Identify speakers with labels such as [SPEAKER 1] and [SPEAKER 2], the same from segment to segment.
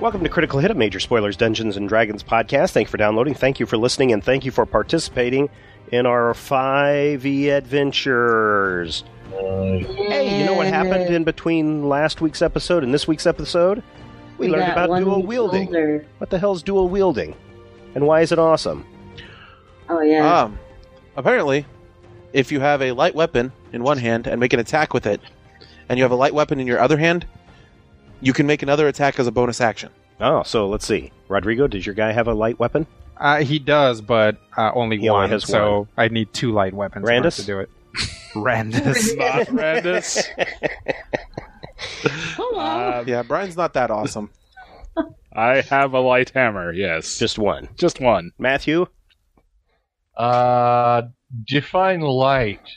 [SPEAKER 1] Welcome to Critical Hit, a major spoilers, Dungeons and Dragons podcast. Thank you for downloading, thank you for listening, and thank you for participating in our 5e adventures. Hey, you know what happened in between last week's episode and this week's episode? We, learned
[SPEAKER 2] got
[SPEAKER 1] about
[SPEAKER 2] one
[SPEAKER 1] dual wielding.
[SPEAKER 2] older.
[SPEAKER 1] What the hell's dual wielding? And why is it awesome?
[SPEAKER 2] Oh yeah.
[SPEAKER 1] Ah.
[SPEAKER 3] Um, apparently, if you have a light weapon in one hand and make an attack with it, and you have a light weapon in your other hand, you can make another attack as a bonus action.
[SPEAKER 1] Oh, so let's see. Rodrigo, does your guy have a light weapon?
[SPEAKER 4] Uh, he does, but uh, only
[SPEAKER 1] He only
[SPEAKER 4] one.
[SPEAKER 1] has
[SPEAKER 4] so I need two light weapons for us
[SPEAKER 1] Randus?
[SPEAKER 4] to do it. Randus, not Randus.
[SPEAKER 2] Hello.
[SPEAKER 5] Uh,
[SPEAKER 3] Yeah, Brian's not that awesome.
[SPEAKER 5] I have a light hammer. Yes, just
[SPEAKER 1] Just one.
[SPEAKER 5] just one.
[SPEAKER 1] Matthew?
[SPEAKER 6] Uh, define light.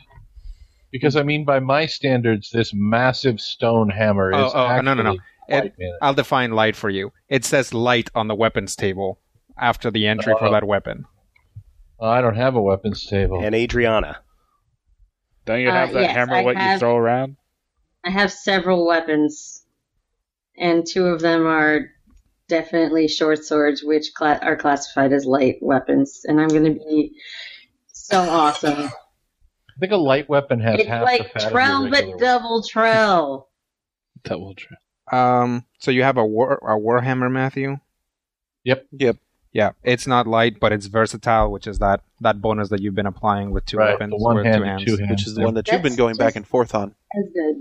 [SPEAKER 6] Because I mean, by my standards, this massive stone hammer
[SPEAKER 4] Oh,
[SPEAKER 6] is
[SPEAKER 4] oh, no, no, no.
[SPEAKER 6] actually
[SPEAKER 4] It-
[SPEAKER 6] light, man.
[SPEAKER 4] I'll define light for you. It says light on the weapons table after the entry for
[SPEAKER 6] Oh.
[SPEAKER 4] that weapon.
[SPEAKER 6] I don't have a weapons table.
[SPEAKER 1] And Adriana.
[SPEAKER 5] Don't you
[SPEAKER 2] Uh,
[SPEAKER 5] have that
[SPEAKER 2] yes,
[SPEAKER 5] hammer?
[SPEAKER 2] I
[SPEAKER 5] what you
[SPEAKER 2] have-
[SPEAKER 5] throw around?
[SPEAKER 2] I have several weapons, and two of them are definitely short swords, which cla- are classified as light weapons. And I'm going to be so awesome.
[SPEAKER 6] I think a light weapon has
[SPEAKER 2] it's
[SPEAKER 6] half
[SPEAKER 2] like
[SPEAKER 6] the fat
[SPEAKER 2] trell,
[SPEAKER 6] of your
[SPEAKER 2] but
[SPEAKER 6] regular
[SPEAKER 2] double trell.
[SPEAKER 5] Double trap.
[SPEAKER 4] Um, so you have a war a warhammer, Matthew.
[SPEAKER 6] Yep.
[SPEAKER 3] Yep.
[SPEAKER 4] Yeah, it's not light, but it's versatile, which is that that bonus that you've been applying with two
[SPEAKER 6] Right,
[SPEAKER 4] weapons,
[SPEAKER 6] the one
[SPEAKER 4] with
[SPEAKER 6] hand
[SPEAKER 4] two
[SPEAKER 6] and
[SPEAKER 4] hands.
[SPEAKER 6] two hands.
[SPEAKER 3] Which is the one that you've been
[SPEAKER 2] That's
[SPEAKER 3] going
[SPEAKER 2] just-
[SPEAKER 3] back and forth on.
[SPEAKER 2] That's good.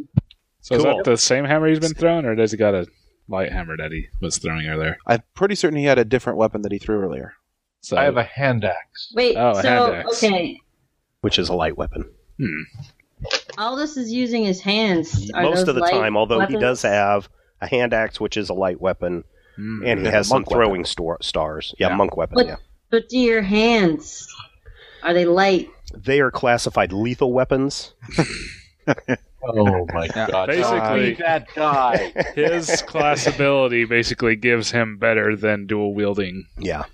[SPEAKER 5] So is
[SPEAKER 1] Cool.
[SPEAKER 5] that the same hammer he's been throwing, or does he got a light hammer that he was throwing earlier?
[SPEAKER 3] I'm pretty certain he had a different weapon that he threw earlier.
[SPEAKER 5] So
[SPEAKER 6] I have a hand axe.
[SPEAKER 2] Wait.
[SPEAKER 5] Oh, a
[SPEAKER 2] so
[SPEAKER 5] hand axe.
[SPEAKER 2] okay,
[SPEAKER 1] Which is a light weapon.
[SPEAKER 5] hmm.
[SPEAKER 2] Aldous is using his hands. Are
[SPEAKER 1] Most
[SPEAKER 2] those
[SPEAKER 1] of the
[SPEAKER 2] light
[SPEAKER 1] time, although he
[SPEAKER 2] weapons?
[SPEAKER 1] does have a hand axe, which is a light weapon,
[SPEAKER 5] Hmm.
[SPEAKER 1] and he
[SPEAKER 3] Yeah,
[SPEAKER 1] has some
[SPEAKER 3] monk weapon.
[SPEAKER 1] throwing stor- stars. Yeah,
[SPEAKER 5] Yeah.
[SPEAKER 1] monk weapon.
[SPEAKER 2] But-
[SPEAKER 1] yeah,
[SPEAKER 2] But do your hands? Are they light?
[SPEAKER 1] they are classified lethal weapons.
[SPEAKER 6] Oh my
[SPEAKER 4] Yeah.
[SPEAKER 6] god!
[SPEAKER 5] Basically-
[SPEAKER 6] Be that guy.
[SPEAKER 5] His class ability basically gives him better than dual wielding
[SPEAKER 1] Yeah,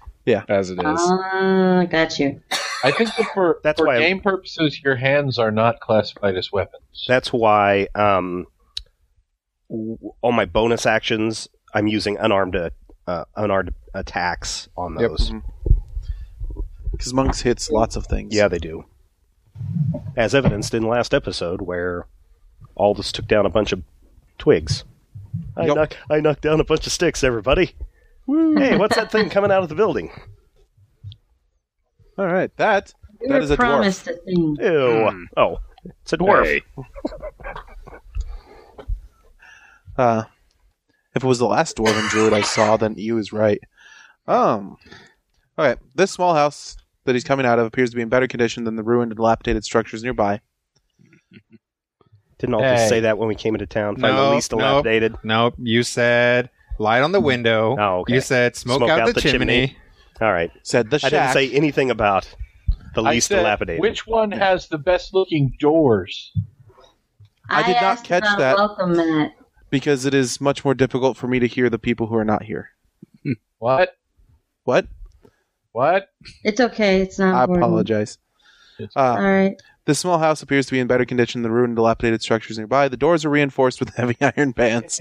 [SPEAKER 5] as it is.
[SPEAKER 2] Ah, got you.
[SPEAKER 6] I think that for
[SPEAKER 1] That's
[SPEAKER 6] for
[SPEAKER 1] why I-
[SPEAKER 6] game purposes, your hands are not classified as weapons.
[SPEAKER 1] that's why um, w- all my bonus actions I'm using unarmed uh, uh, unarmed attacks on
[SPEAKER 4] Yep.
[SPEAKER 1] those.
[SPEAKER 3] Because monks hits lots of things.
[SPEAKER 1] Yeah, they do. As evidenced in last episode where Aldous took down a bunch of twigs. I,
[SPEAKER 3] Yep.
[SPEAKER 1] knock, I knocked down a bunch of sticks, everybody. Woo. Hey, what's that thing coming out of the building?
[SPEAKER 3] All right, that
[SPEAKER 2] We
[SPEAKER 3] That
[SPEAKER 2] were
[SPEAKER 3] is a dwarf.
[SPEAKER 2] promised a thing.
[SPEAKER 1] Ew.
[SPEAKER 5] Hmm.
[SPEAKER 1] Oh, it's a dwarf.
[SPEAKER 5] Hey.
[SPEAKER 3] uh, if it was the last dwarven druid I saw, then you is right. Um, okay, this small house that he's coming out of appears to be in better condition than the ruined and dilapidated structures nearby.
[SPEAKER 1] Didn't Aldous
[SPEAKER 6] Hey.
[SPEAKER 1] say that when we came into town? Find the
[SPEAKER 4] No,
[SPEAKER 1] least
[SPEAKER 4] no.
[SPEAKER 1] dilapidated.
[SPEAKER 4] Nope, you said light on the window.
[SPEAKER 1] Oh, okay.
[SPEAKER 4] You said smoke, out, the, chimney.
[SPEAKER 1] All right.
[SPEAKER 3] Said the
[SPEAKER 1] I
[SPEAKER 3] shack.
[SPEAKER 1] didn't say anything about the
[SPEAKER 6] I
[SPEAKER 1] least
[SPEAKER 6] said,
[SPEAKER 1] dilapidated.
[SPEAKER 6] Which one has the best looking doors?
[SPEAKER 3] I did not
[SPEAKER 2] asked
[SPEAKER 3] catch
[SPEAKER 2] about
[SPEAKER 3] that.
[SPEAKER 2] Welcome mat.
[SPEAKER 3] because it is much more difficult for me to hear the people who are not here.
[SPEAKER 6] What?
[SPEAKER 3] What?
[SPEAKER 6] What?
[SPEAKER 2] It's okay. It's not.
[SPEAKER 3] I
[SPEAKER 2] important.
[SPEAKER 3] apologize.
[SPEAKER 6] It's-
[SPEAKER 2] All
[SPEAKER 3] Uh,
[SPEAKER 2] right.
[SPEAKER 3] the small house appears to be in better condition than the ruined, and dilapidated structures nearby. The doors are reinforced with heavy iron bands.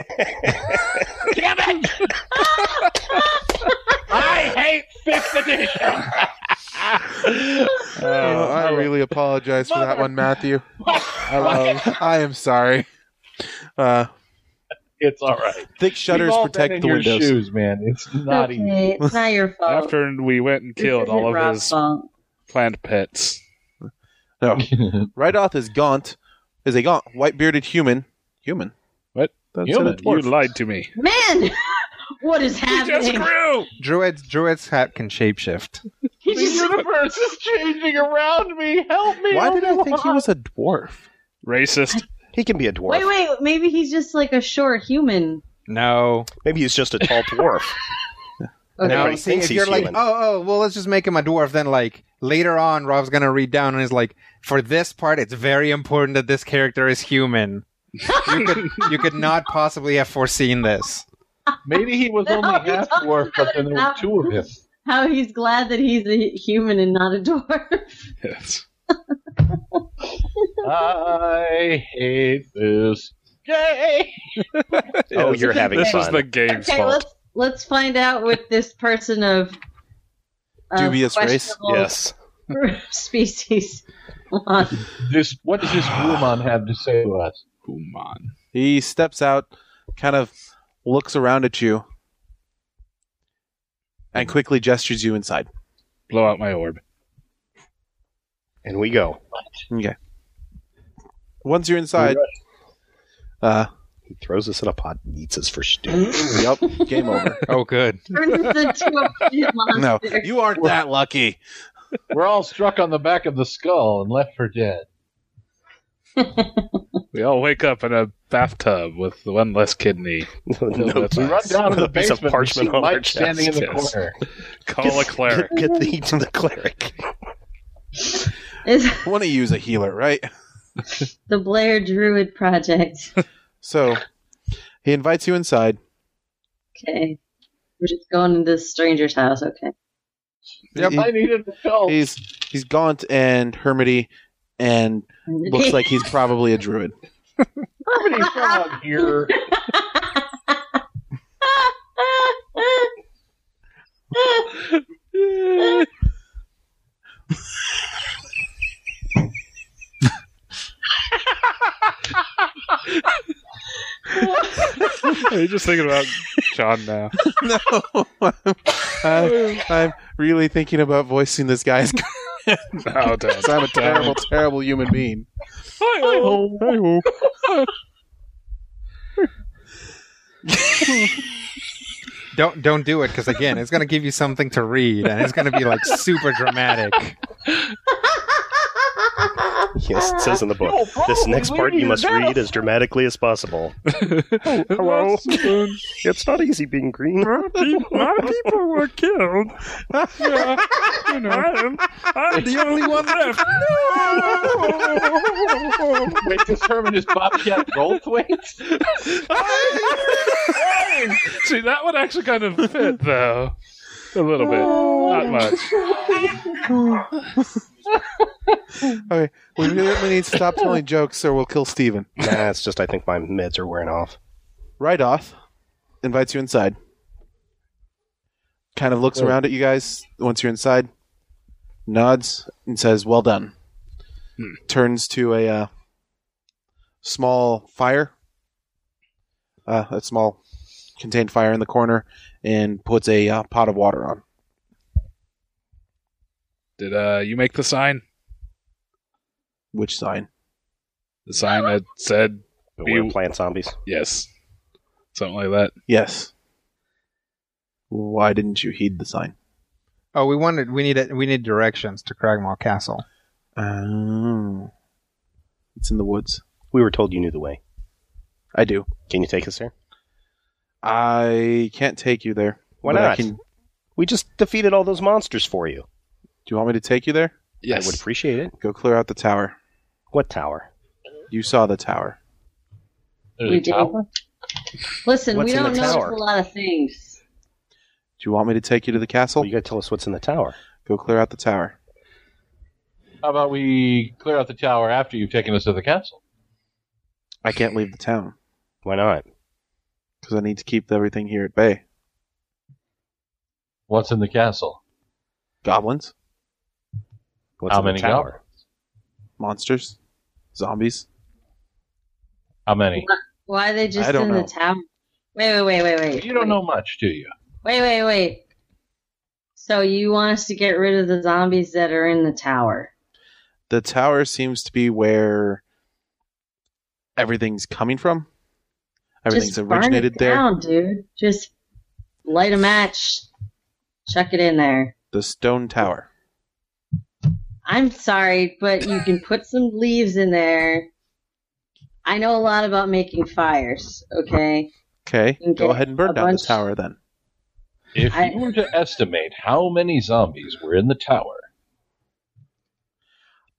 [SPEAKER 6] I hate fifth edition.
[SPEAKER 3] Oh, I really apologize for that one, Matthew. Um, I am sorry. Uh,
[SPEAKER 6] it's all right.
[SPEAKER 3] thick shutters
[SPEAKER 6] We've all been
[SPEAKER 3] protect
[SPEAKER 6] in
[SPEAKER 3] the
[SPEAKER 6] your
[SPEAKER 3] windows.
[SPEAKER 6] shoes, man. It's not
[SPEAKER 2] okay.
[SPEAKER 6] easy.
[SPEAKER 2] It's not your fault.
[SPEAKER 5] After we went and
[SPEAKER 2] Oh. This
[SPEAKER 5] killed
[SPEAKER 2] isn't
[SPEAKER 5] all of
[SPEAKER 2] Rob's
[SPEAKER 5] his
[SPEAKER 2] fault.
[SPEAKER 5] planned pets.
[SPEAKER 3] No. Rydoth is gaunt, is a gaunt, white bearded human. Human?
[SPEAKER 5] What?
[SPEAKER 3] That's
[SPEAKER 6] Human?
[SPEAKER 3] it, a
[SPEAKER 5] You
[SPEAKER 3] dwarf.
[SPEAKER 5] lied to me.
[SPEAKER 2] Man, what is
[SPEAKER 5] You just
[SPEAKER 2] happening?
[SPEAKER 5] grew.
[SPEAKER 4] Druids, druids hat can shapeshift.
[SPEAKER 6] the universe is changing around me. Help me!
[SPEAKER 3] Why did I think he was a dwarf?
[SPEAKER 5] Racist.
[SPEAKER 1] he can be a dwarf.
[SPEAKER 2] Wait, wait. Maybe he's just like a short human.
[SPEAKER 4] No,
[SPEAKER 1] Maybe he's just a tall dwarf.
[SPEAKER 2] Okay.
[SPEAKER 1] No.
[SPEAKER 4] Now,
[SPEAKER 1] Everybody
[SPEAKER 4] see,
[SPEAKER 1] thinks
[SPEAKER 4] if
[SPEAKER 1] he's
[SPEAKER 4] you're like,
[SPEAKER 1] human.
[SPEAKER 4] oh, oh, well, let's just make him a dwarf. Then, like, later on, Rob's gonna read down and is like, for this part, it's very important that this character is human. you could, you could not possibly have foreseen this.
[SPEAKER 6] Maybe he was
[SPEAKER 2] No,
[SPEAKER 6] only
[SPEAKER 2] he
[SPEAKER 6] half
[SPEAKER 2] talks
[SPEAKER 6] dwarf, but
[SPEAKER 2] about
[SPEAKER 6] then there were
[SPEAKER 2] himself.
[SPEAKER 6] two of him.
[SPEAKER 2] How he's glad that he's a human and not a dwarf.
[SPEAKER 5] Yes.
[SPEAKER 6] I hate this. Yay!
[SPEAKER 1] oh, you're having
[SPEAKER 5] This
[SPEAKER 1] fun.
[SPEAKER 5] is the game's
[SPEAKER 2] okay,
[SPEAKER 5] fault.
[SPEAKER 2] let's let's find out what this person of, of
[SPEAKER 3] Dubious race?
[SPEAKER 2] questionable species. was.
[SPEAKER 6] This what does this Wuman have to say to us?
[SPEAKER 7] Come on.
[SPEAKER 3] He steps out, kind of looks around at you, and quickly gestures you inside.
[SPEAKER 5] Blow out my orb.
[SPEAKER 1] And we go.
[SPEAKER 3] Once you're inside, uh,
[SPEAKER 1] He throws us in a pot and eats us for
[SPEAKER 2] Hmm?
[SPEAKER 1] stew.
[SPEAKER 3] yep, game over.
[SPEAKER 4] Oh, good.
[SPEAKER 2] Turns us into a pit
[SPEAKER 3] No,
[SPEAKER 2] monster.
[SPEAKER 3] you aren't that lucky.
[SPEAKER 6] We're all struck on the back of the skull and left for dead.
[SPEAKER 5] We all wake up in a bathtub with one less kidney.
[SPEAKER 1] no,
[SPEAKER 5] that's
[SPEAKER 6] We run down to
[SPEAKER 1] With
[SPEAKER 6] the
[SPEAKER 1] a piece of
[SPEAKER 6] basement. and see
[SPEAKER 1] parchment on our
[SPEAKER 6] Mike standing in the
[SPEAKER 5] chest.
[SPEAKER 6] corner.
[SPEAKER 5] Call a cleric.
[SPEAKER 1] Get the to the cleric.
[SPEAKER 2] Is
[SPEAKER 3] I want to use a healer, right?
[SPEAKER 2] the Blair Druid Project.
[SPEAKER 3] So he invites you inside.
[SPEAKER 2] Okay. We're just going to this stranger's house, okay.
[SPEAKER 3] Yep.
[SPEAKER 6] I needed a skull.
[SPEAKER 3] He's he's gaunt and hermity and looks like he's probably a druid.
[SPEAKER 6] Pretty frog here.
[SPEAKER 5] You're just thinking about John now.
[SPEAKER 3] no, I'm, I'm really thinking about voicing this guy as
[SPEAKER 5] Oh, damn.
[SPEAKER 3] I'm a terrible, terrible human being.
[SPEAKER 4] Don't don't do it because again, it's gonna give you something to read and it's gonna be like super dramatic.
[SPEAKER 1] Yes, it says in the book. This next part you must read as dramatically as possible. Hello. It's not easy being green.
[SPEAKER 7] A lot of people were killed. Yeah, you know. I am, I'm the only one left.
[SPEAKER 6] Wait, this Herman is Bobcat Goldthwait?
[SPEAKER 5] See, that would actually kind of fit, though. A little bit. Not much.
[SPEAKER 3] We really need to stop telling jokes or we'll kill Steven.
[SPEAKER 1] Nah, it's just I think my meds are wearing off.
[SPEAKER 3] Rydoth invites you inside. Kind of looks around at you guys once you're inside, nods, and says, Well done.
[SPEAKER 5] Hmm.
[SPEAKER 3] Turns to a uh, small fire, uh, a small contained fire in the corner, and puts a uh, pot of water on.
[SPEAKER 5] Did uh, you make the sign?
[SPEAKER 3] Which sign?
[SPEAKER 5] The sign that said
[SPEAKER 1] Beware
[SPEAKER 5] You-
[SPEAKER 1] plant zombies.
[SPEAKER 5] yes. Something like that.
[SPEAKER 3] Yes. Why didn't you heed the sign?
[SPEAKER 4] Oh, we wanted we need a, we need directions to Cragmaw Castle.
[SPEAKER 3] Oh. It's in the woods.
[SPEAKER 1] We were told you knew the way.
[SPEAKER 3] I do.
[SPEAKER 1] Can you take us there?
[SPEAKER 3] I can't take you there.
[SPEAKER 1] Why
[SPEAKER 3] but I
[SPEAKER 1] not?
[SPEAKER 3] can- do
[SPEAKER 1] We just defeated all those monsters for you.
[SPEAKER 3] you want me to take you there?
[SPEAKER 1] I would appreciate it.
[SPEAKER 3] Go clear out the tower.
[SPEAKER 1] What tower?
[SPEAKER 3] You saw the tower.
[SPEAKER 2] we do. Listen,
[SPEAKER 1] What's
[SPEAKER 2] we
[SPEAKER 1] in
[SPEAKER 2] don't
[SPEAKER 1] the
[SPEAKER 2] know
[SPEAKER 1] tower?
[SPEAKER 2] a lot of things.
[SPEAKER 3] Do you want me to take you to the castle?
[SPEAKER 1] Well, you got to tell us what's in the tower.
[SPEAKER 3] Go clear out the tower.
[SPEAKER 6] How about we clear out the tower after you've taken us to the castle?
[SPEAKER 3] I can't leave the town
[SPEAKER 1] Why not?
[SPEAKER 3] because I need to keep everything here at bay.
[SPEAKER 6] What's in the castle?
[SPEAKER 3] Goblins,
[SPEAKER 1] What's
[SPEAKER 6] How
[SPEAKER 1] in the
[SPEAKER 6] many
[SPEAKER 1] tower?
[SPEAKER 3] monsters, zombies.
[SPEAKER 6] How many?
[SPEAKER 2] Why are they just
[SPEAKER 3] I don't
[SPEAKER 2] in
[SPEAKER 3] know.
[SPEAKER 2] the town? Wait, wait, wait, wait, wait.
[SPEAKER 6] You don't know much, do you?
[SPEAKER 2] Wait, wait, wait. So you want us to get rid of the zombies that are in the tower?
[SPEAKER 3] The tower seems to be where everything's coming from. Everything's
[SPEAKER 2] Just burn
[SPEAKER 3] originated
[SPEAKER 2] it
[SPEAKER 3] there.
[SPEAKER 2] down, dude. Just light a match, chuck it in there.
[SPEAKER 3] The stone tower.
[SPEAKER 2] I'm sorry, but you can put some leaves in there. I know a lot about making fires, okay?
[SPEAKER 3] Okay,
[SPEAKER 2] You can
[SPEAKER 3] go
[SPEAKER 2] get
[SPEAKER 3] ahead and burn
[SPEAKER 2] a
[SPEAKER 3] down
[SPEAKER 2] bunch-
[SPEAKER 3] the tower then.
[SPEAKER 6] If
[SPEAKER 2] I-
[SPEAKER 6] you were to estimate how many zombies were in the tower,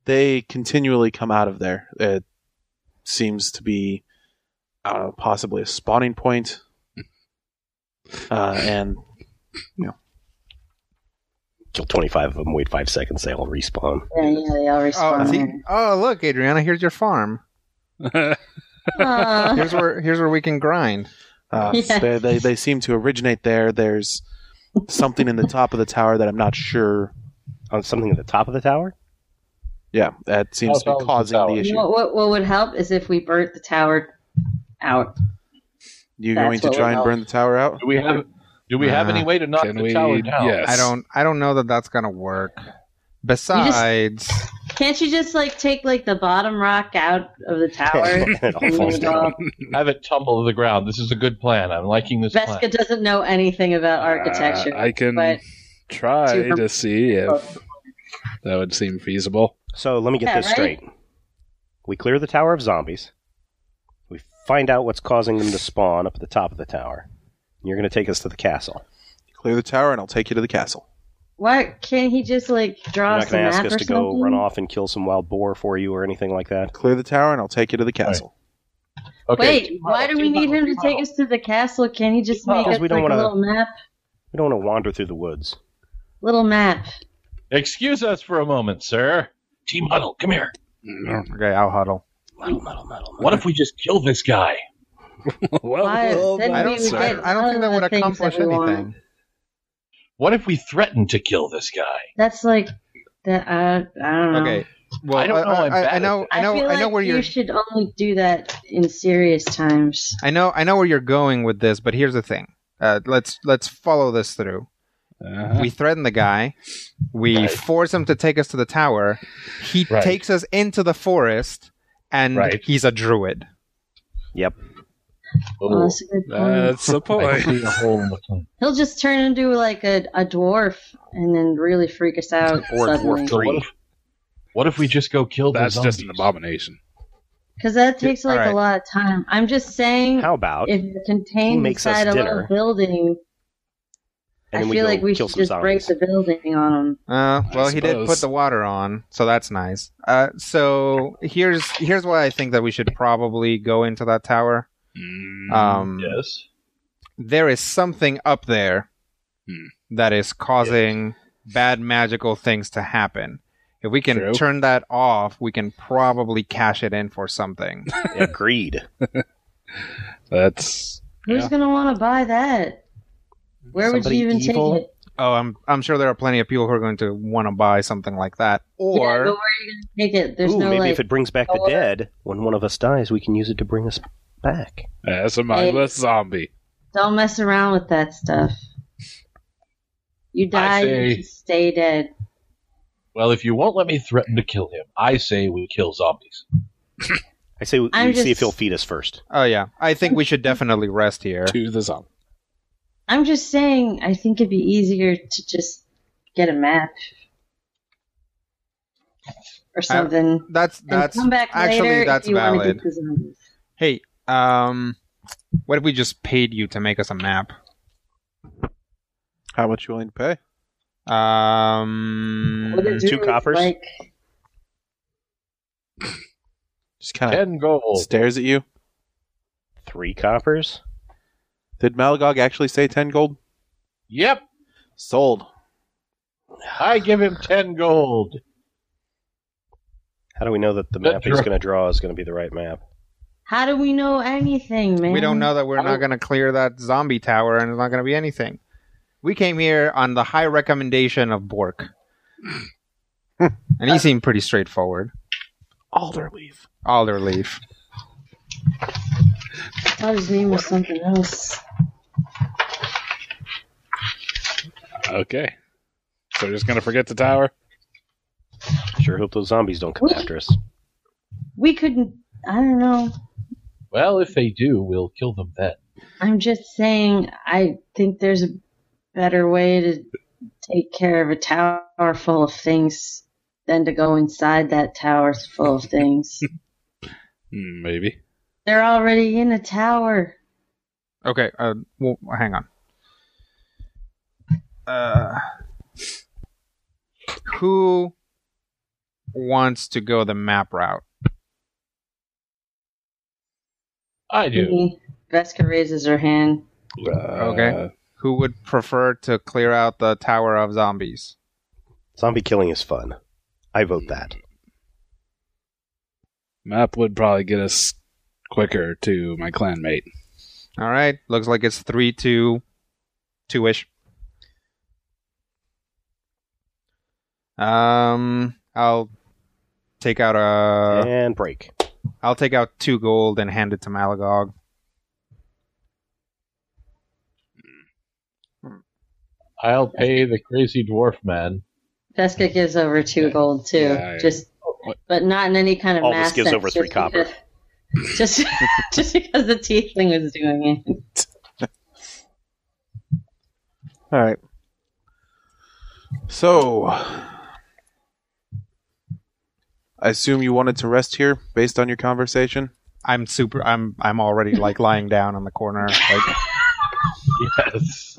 [SPEAKER 3] they continually come out of there. It seems to be, I don't know, possibly a spawning point. Uh, and
[SPEAKER 1] Kill 25 of them, wait five seconds, they all respawn.
[SPEAKER 2] Yeah, yeah, they all
[SPEAKER 4] Oh,
[SPEAKER 2] respond.
[SPEAKER 4] see, oh look, Adriana, here's your farm.
[SPEAKER 2] Aw.
[SPEAKER 4] Here's where here's where we can grind.
[SPEAKER 3] Uh,
[SPEAKER 2] Yeah.
[SPEAKER 3] they, they they seem to originate there. There's something in the top of the tower that I'm not sure.
[SPEAKER 1] on something at the top of the tower?
[SPEAKER 3] Yeah, that seems
[SPEAKER 6] Oh,
[SPEAKER 3] to
[SPEAKER 6] that was
[SPEAKER 3] be
[SPEAKER 6] the
[SPEAKER 3] causing
[SPEAKER 6] tower.
[SPEAKER 3] the issue.
[SPEAKER 2] What, what, what would help is if we burnt the tower out.
[SPEAKER 3] You
[SPEAKER 2] That's
[SPEAKER 3] going to
[SPEAKER 2] what
[SPEAKER 3] try
[SPEAKER 2] would
[SPEAKER 3] and
[SPEAKER 2] help.
[SPEAKER 3] burn the tower out?
[SPEAKER 6] Do we have do we have any way to knock
[SPEAKER 5] Can
[SPEAKER 6] the
[SPEAKER 5] we-
[SPEAKER 6] tower down?
[SPEAKER 5] yes.
[SPEAKER 4] I don't. I don't know that that's gonna work. Besides,
[SPEAKER 2] Can't you just like take like the bottom rock out of the tower?
[SPEAKER 1] it all
[SPEAKER 2] and
[SPEAKER 1] falls
[SPEAKER 2] then uh, go
[SPEAKER 1] down.
[SPEAKER 2] up?
[SPEAKER 6] Have it tumble to the ground. This is a good plan. I'm liking this plan.
[SPEAKER 2] Veska doesn't know anything about architecture.
[SPEAKER 5] Uh, I can
[SPEAKER 2] but-
[SPEAKER 5] try
[SPEAKER 2] Two-
[SPEAKER 5] to see if that would seem feasible.
[SPEAKER 1] So let me get
[SPEAKER 2] Yeah,
[SPEAKER 1] this
[SPEAKER 2] right?
[SPEAKER 1] straight. We clear the tower of zombies. We find out what's causing them to spawn up at the top of the tower. You're going to take us to the castle.
[SPEAKER 3] Clear the tower, and I'll take you to the castle.
[SPEAKER 2] Why can't he just like draw
[SPEAKER 1] You're not
[SPEAKER 2] us a
[SPEAKER 1] going to ask
[SPEAKER 2] map
[SPEAKER 1] us
[SPEAKER 2] or
[SPEAKER 1] to
[SPEAKER 2] something?
[SPEAKER 1] go run off and kill some wild boar for you or anything like that.
[SPEAKER 3] Clear the tower, and I'll take you to the castle.
[SPEAKER 6] Okay,
[SPEAKER 2] Wait, why do we need him to take us to the castle? Can he just make
[SPEAKER 1] Because
[SPEAKER 2] us
[SPEAKER 1] Oh, we don't
[SPEAKER 2] like, a
[SPEAKER 1] wanna-
[SPEAKER 2] little map?
[SPEAKER 1] We don't want to wander through the woods.
[SPEAKER 2] Little map.
[SPEAKER 6] Excuse us for a moment, sir. Team Huddle, come here.
[SPEAKER 4] Mm. okay, I'll huddle.
[SPEAKER 6] What if we just kill this guy?
[SPEAKER 5] well,
[SPEAKER 2] Why- then
[SPEAKER 4] I
[SPEAKER 2] we
[SPEAKER 4] don't.
[SPEAKER 2] would
[SPEAKER 4] I,
[SPEAKER 2] get
[SPEAKER 4] I don't think
[SPEAKER 2] all
[SPEAKER 4] that would
[SPEAKER 2] the things
[SPEAKER 4] accomplish
[SPEAKER 2] that we want.
[SPEAKER 4] anything.
[SPEAKER 6] What if we threaten to kill this guy?
[SPEAKER 2] That's like that. Uh, I don't know.
[SPEAKER 4] Okay. Well,
[SPEAKER 6] Mm. I don't know, I'm
[SPEAKER 4] I,
[SPEAKER 6] bad
[SPEAKER 4] I
[SPEAKER 6] at
[SPEAKER 4] know.
[SPEAKER 6] this.
[SPEAKER 4] I know.
[SPEAKER 2] feel
[SPEAKER 4] I know
[SPEAKER 2] like
[SPEAKER 4] where
[SPEAKER 2] you
[SPEAKER 4] you're.
[SPEAKER 2] should only do that in serious times.
[SPEAKER 4] I know. I know where you're going with this. But here's the thing. Uh, let's let's follow this through.
[SPEAKER 5] uh-huh.
[SPEAKER 4] We threaten the guy. We force him to take us to the tower. He
[SPEAKER 6] Right.
[SPEAKER 4] takes us into the forest, and
[SPEAKER 5] Right.
[SPEAKER 4] he's a druid.
[SPEAKER 1] Yep.
[SPEAKER 2] Oh, that's a good point.
[SPEAKER 5] that's the
[SPEAKER 6] I
[SPEAKER 5] point.
[SPEAKER 6] see a hole in the plan.
[SPEAKER 2] He'll just turn into like a, a dwarf and then really freak us out
[SPEAKER 1] Or a dwarf
[SPEAKER 6] So
[SPEAKER 2] suddenly.
[SPEAKER 6] what, if, what if we just go kill the
[SPEAKER 5] That's
[SPEAKER 6] zombies?
[SPEAKER 5] just an abomination.
[SPEAKER 2] Because that takes like
[SPEAKER 4] Alright.
[SPEAKER 2] a lot of time. I'm just saying,
[SPEAKER 1] How about
[SPEAKER 2] if you're
[SPEAKER 1] He
[SPEAKER 2] contained
[SPEAKER 1] makes us
[SPEAKER 2] inside a
[SPEAKER 1] dinner,
[SPEAKER 2] little building,
[SPEAKER 1] and then
[SPEAKER 2] I feel
[SPEAKER 1] we go
[SPEAKER 2] like we
[SPEAKER 1] kill
[SPEAKER 2] should
[SPEAKER 1] some
[SPEAKER 2] just break
[SPEAKER 1] zombies?
[SPEAKER 2] the building on him.
[SPEAKER 4] Uh, well, he did put
[SPEAKER 5] suppose.
[SPEAKER 4] the water on, so that's nice. Uh, so here's here's why I think that we should probably go into that tower.
[SPEAKER 5] Mm,
[SPEAKER 4] Um,
[SPEAKER 6] Yes.
[SPEAKER 4] there is something up there
[SPEAKER 5] Hmm.
[SPEAKER 4] that is causing bad magical things to happen. If we can
[SPEAKER 5] True.
[SPEAKER 4] turn that off, we can probably cash it in for something.
[SPEAKER 1] Agreed.
[SPEAKER 5] that's
[SPEAKER 2] Who's
[SPEAKER 5] Yeah.
[SPEAKER 2] gonna want to buy that? Where would
[SPEAKER 1] Somebody
[SPEAKER 2] you even
[SPEAKER 1] evil?
[SPEAKER 2] take it?
[SPEAKER 4] oh, I'm I'm sure there are plenty of people who are going to want to buy something like that.
[SPEAKER 2] Yeah, but
[SPEAKER 4] Or
[SPEAKER 2] where are you gonna take it? There's
[SPEAKER 1] Ooh,
[SPEAKER 2] no
[SPEAKER 1] maybe
[SPEAKER 2] like.
[SPEAKER 1] if it brings back the
[SPEAKER 2] door.
[SPEAKER 1] dead, when one of us dies, we can use it to bring us back.
[SPEAKER 5] that's a mindless zombie.
[SPEAKER 2] Don't mess around with that stuff. You die,
[SPEAKER 6] say-
[SPEAKER 2] you should stay dead.
[SPEAKER 6] Well, if you won't let me threaten to kill him, I say we kill zombies.
[SPEAKER 1] I say we,
[SPEAKER 2] I'm
[SPEAKER 1] we see
[SPEAKER 2] just-
[SPEAKER 1] if he'll feed us first.
[SPEAKER 4] oh yeah, I think we should definitely rest here.
[SPEAKER 5] To the zombie.
[SPEAKER 2] I'm just saying, I think it'd be easier to just get a map or something.
[SPEAKER 4] That's
[SPEAKER 2] and
[SPEAKER 4] that's
[SPEAKER 2] come back
[SPEAKER 4] actually,
[SPEAKER 2] later
[SPEAKER 4] that's
[SPEAKER 2] if you wanna
[SPEAKER 4] valid.
[SPEAKER 2] get the zombies.
[SPEAKER 4] hey, um, what if we just paid you to make us a map?
[SPEAKER 3] How much you willing to pay?
[SPEAKER 4] Um,
[SPEAKER 2] What a
[SPEAKER 1] Mm-hmm. Two
[SPEAKER 2] druid's
[SPEAKER 1] coppers?
[SPEAKER 2] Like,
[SPEAKER 3] Just kind of
[SPEAKER 6] Ten gold.
[SPEAKER 3] stares at you.
[SPEAKER 1] Three coppers?
[SPEAKER 3] Did Malagog actually say ten gold?
[SPEAKER 6] Yep.
[SPEAKER 3] Sold.
[SPEAKER 6] I give him ten gold.
[SPEAKER 1] How do we know that the
[SPEAKER 6] That
[SPEAKER 1] map he's
[SPEAKER 6] dra-
[SPEAKER 1] going to draw is going to be the right map?
[SPEAKER 2] how do we know anything, man?
[SPEAKER 4] We don't know that we're
[SPEAKER 6] I-
[SPEAKER 4] not going to clear that zombie tower and it's not going to be anything. We came here on the high recommendation of Bork. and he seemed pretty straightforward.
[SPEAKER 3] Alderleaf.
[SPEAKER 4] Alderleaf.
[SPEAKER 2] I thought his name was something else.
[SPEAKER 5] Okay. So we're just gonna forget the tower.
[SPEAKER 1] Sure hope those zombies don't come
[SPEAKER 2] We-
[SPEAKER 1] after us.
[SPEAKER 2] We couldn't. I don't know.
[SPEAKER 6] Well, if they do, we'll kill them then.
[SPEAKER 2] I'm just saying, I think there's a better way to take care of a tower full of things than to go inside that tower full of things.
[SPEAKER 5] Mm, Maybe.
[SPEAKER 2] They're already in a tower.
[SPEAKER 4] Okay, uh, well, hang on. Uh, who wants to go the map route?
[SPEAKER 6] I do.
[SPEAKER 2] Mhm. Veska raises her hand.
[SPEAKER 5] Uh,
[SPEAKER 4] Okay. Who would prefer to clear out the tower of zombies?
[SPEAKER 1] Zombie killing is fun. I vote that.
[SPEAKER 5] Map would probably get us quicker to my clanmate.
[SPEAKER 4] All right. Looks like it's three, two, two ish. Um, I'll take out a.
[SPEAKER 1] and break.
[SPEAKER 4] I'll take out two gold and hand it to Malagog.
[SPEAKER 1] Mm-hmm.
[SPEAKER 6] I'll pay the crazy dwarf man.
[SPEAKER 2] Vesca gives over two gold too,
[SPEAKER 5] Yeah, I-
[SPEAKER 2] just but not in any kind of
[SPEAKER 1] Aldous
[SPEAKER 2] mass
[SPEAKER 1] gives
[SPEAKER 2] sense,
[SPEAKER 1] over three
[SPEAKER 2] just
[SPEAKER 1] copper.
[SPEAKER 2] because- Just, just because the tiefling was doing it.
[SPEAKER 3] All right. So, I assume you wanted to rest here based on your conversation.
[SPEAKER 4] I'm super. I'm. I'm already like lying down on the corner, like
[SPEAKER 6] Yes.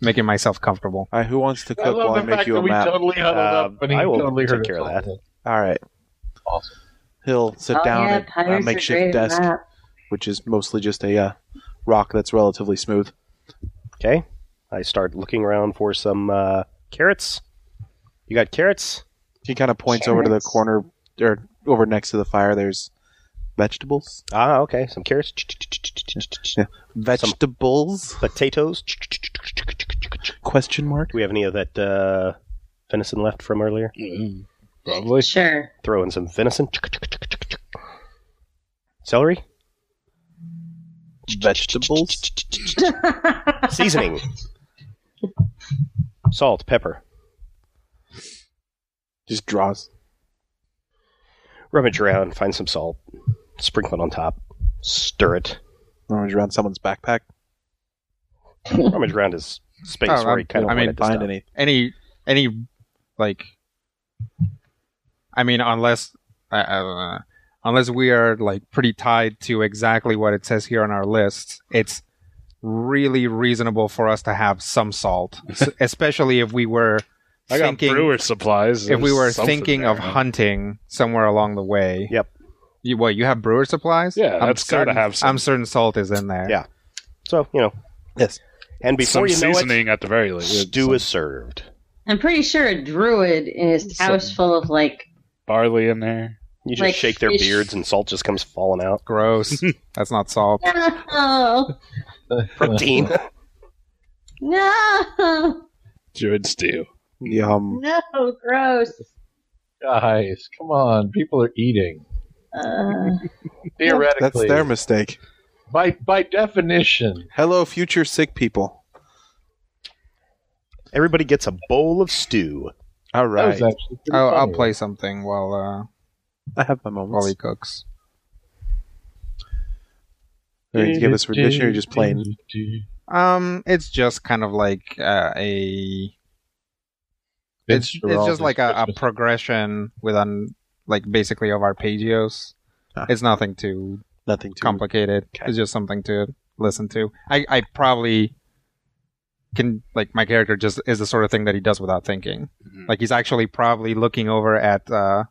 [SPEAKER 4] making myself comfortable.
[SPEAKER 3] All right, who wants to
[SPEAKER 6] I
[SPEAKER 3] cook
[SPEAKER 6] love
[SPEAKER 3] while I
[SPEAKER 6] the
[SPEAKER 3] make
[SPEAKER 6] fact
[SPEAKER 3] you
[SPEAKER 6] that
[SPEAKER 3] a
[SPEAKER 6] we
[SPEAKER 3] map?
[SPEAKER 6] totally huddled
[SPEAKER 1] Um,
[SPEAKER 6] up and he
[SPEAKER 1] I will
[SPEAKER 6] totally
[SPEAKER 1] take
[SPEAKER 6] hurt
[SPEAKER 1] care of
[SPEAKER 6] himself.
[SPEAKER 1] that.
[SPEAKER 3] All right.
[SPEAKER 6] Awesome.
[SPEAKER 3] He'll sit
[SPEAKER 2] oh
[SPEAKER 3] down
[SPEAKER 2] yeah,
[SPEAKER 3] at a
[SPEAKER 2] pirates are great
[SPEAKER 3] uh, makeshift
[SPEAKER 2] at
[SPEAKER 3] desk,
[SPEAKER 2] that.
[SPEAKER 3] which is mostly just a uh, rock that's relatively smooth.
[SPEAKER 1] Okay. I start looking around for some uh, carrots. You got carrots?
[SPEAKER 3] He kind of points over to the
[SPEAKER 2] Carrots.
[SPEAKER 3] corner or over next to the fire. There's vegetables.
[SPEAKER 1] Ah, okay. Some carrots.
[SPEAKER 3] Vegetables?
[SPEAKER 1] Potatoes.
[SPEAKER 3] Question mark.
[SPEAKER 1] Do we have any of that uh, venison left from earlier?
[SPEAKER 5] Probably.
[SPEAKER 2] Sure.
[SPEAKER 1] Throw in some venison. Celery?
[SPEAKER 3] Vegetables.
[SPEAKER 1] Seasoning. Salt, pepper.
[SPEAKER 3] Just draws.
[SPEAKER 1] Rummage around, find some salt, sprinkle it on top, stir it.
[SPEAKER 3] Rummage around someone's backpack.
[SPEAKER 1] Rummage around is space
[SPEAKER 4] Oh,
[SPEAKER 1] where
[SPEAKER 4] I'm-
[SPEAKER 1] you kind of
[SPEAKER 4] I mean,
[SPEAKER 1] wanted to
[SPEAKER 3] Find
[SPEAKER 1] stop.
[SPEAKER 3] any.
[SPEAKER 4] Any. Any. Like. I mean, unless. I, I don't know. Unless we are like pretty tied to exactly what it says here on our list, it's really reasonable for us to have some salt, S- especially if we were
[SPEAKER 5] I got
[SPEAKER 4] thinking
[SPEAKER 5] brewer supplies.
[SPEAKER 4] if we
[SPEAKER 5] There's
[SPEAKER 4] were
[SPEAKER 5] something
[SPEAKER 4] thinking
[SPEAKER 5] there.
[SPEAKER 4] of hunting somewhere along the way.
[SPEAKER 1] Yep.
[SPEAKER 4] You, what you have brewer supplies?
[SPEAKER 5] Yeah,
[SPEAKER 4] I'm
[SPEAKER 5] that's gotta
[SPEAKER 4] certain-
[SPEAKER 5] have some.
[SPEAKER 4] I'm certain salt is in there.
[SPEAKER 1] Yeah. So, you know.
[SPEAKER 3] Yes.
[SPEAKER 1] And before
[SPEAKER 5] some
[SPEAKER 1] you know it,
[SPEAKER 5] seasoning at the very least.
[SPEAKER 1] stew
[SPEAKER 5] Some
[SPEAKER 1] is served.
[SPEAKER 2] I'm pretty sure a druid in his
[SPEAKER 5] Some-
[SPEAKER 2] house full of like
[SPEAKER 5] barley in there.
[SPEAKER 1] You just
[SPEAKER 2] Like
[SPEAKER 1] shake their
[SPEAKER 2] fish.
[SPEAKER 1] beards and salt just comes falling out.
[SPEAKER 4] Gross. that's not salt.
[SPEAKER 2] no,
[SPEAKER 1] Protein.
[SPEAKER 2] no,
[SPEAKER 5] Druid stew.
[SPEAKER 3] Yum.
[SPEAKER 2] no, gross.
[SPEAKER 6] Guys, come on. People are eating.
[SPEAKER 2] Uh,
[SPEAKER 3] That's
[SPEAKER 6] Theoretically,
[SPEAKER 3] their mistake.
[SPEAKER 6] by by definition,
[SPEAKER 3] Hello, future sick people.
[SPEAKER 1] Everybody gets a bowl of stew.
[SPEAKER 3] All
[SPEAKER 6] that
[SPEAKER 3] right.
[SPEAKER 6] was actually pretty
[SPEAKER 4] I'll, I'll
[SPEAKER 6] funny.
[SPEAKER 4] play something while uh,
[SPEAKER 3] I have my
[SPEAKER 4] while
[SPEAKER 3] moments.
[SPEAKER 4] he cooks.
[SPEAKER 3] All right, you give us for dish, or you're just playing.
[SPEAKER 4] Um, it's just kind of like uh, a it's, it's just like a, a progression with un, like basically of arpeggios.
[SPEAKER 3] Ah.
[SPEAKER 4] It's nothing too
[SPEAKER 3] Nothing too
[SPEAKER 4] complicated.
[SPEAKER 3] Okay.
[SPEAKER 4] It's just something to listen to. I, I probably can like my character just is the sort of thing that he does without thinking.
[SPEAKER 5] Mhm.
[SPEAKER 4] Like he's actually probably looking over at uh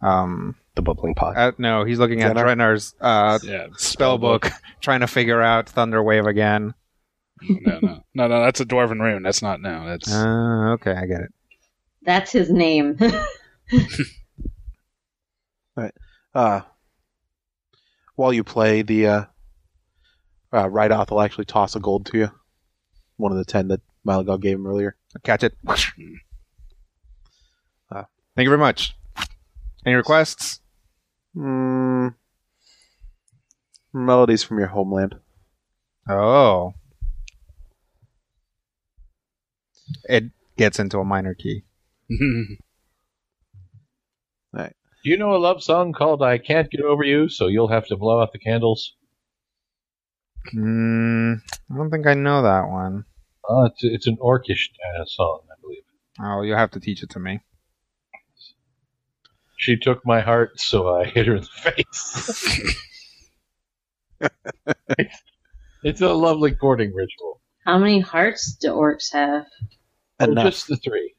[SPEAKER 4] um
[SPEAKER 1] The bubbling pot.
[SPEAKER 4] at, no, he's looking at
[SPEAKER 3] Drenner?
[SPEAKER 4] Drenner's uh
[SPEAKER 5] Yeah.
[SPEAKER 4] spell book trying to figure out Thunderwave again.
[SPEAKER 5] No, no, no, no. That's a dwarven rune. That's not now. That's
[SPEAKER 4] Uh, okay, I get it.
[SPEAKER 2] that's his name.
[SPEAKER 3] uh, while you play the uh, uh, right off will actually toss a gold to you one of the 10 that Malagog gave him earlier
[SPEAKER 4] Catch it. Uh, thank you very much. Any requests?
[SPEAKER 3] mm, melodies from your homeland
[SPEAKER 4] Oh. It gets into a minor key.
[SPEAKER 5] Uh,
[SPEAKER 6] Do you know a love song called "I Can't Get Over You"? So you'll have to blow out the candles.
[SPEAKER 4] Mm, I don't think I know that one.
[SPEAKER 6] Uh, it's it's an orcish uh, song, I believe.
[SPEAKER 4] Oh, you'll have to teach it to me.
[SPEAKER 6] She took my heart, so I hit her in the face. it's a lovely courting ritual.
[SPEAKER 2] How many hearts do orcs have?
[SPEAKER 6] Or
[SPEAKER 3] Enough.
[SPEAKER 6] just the three.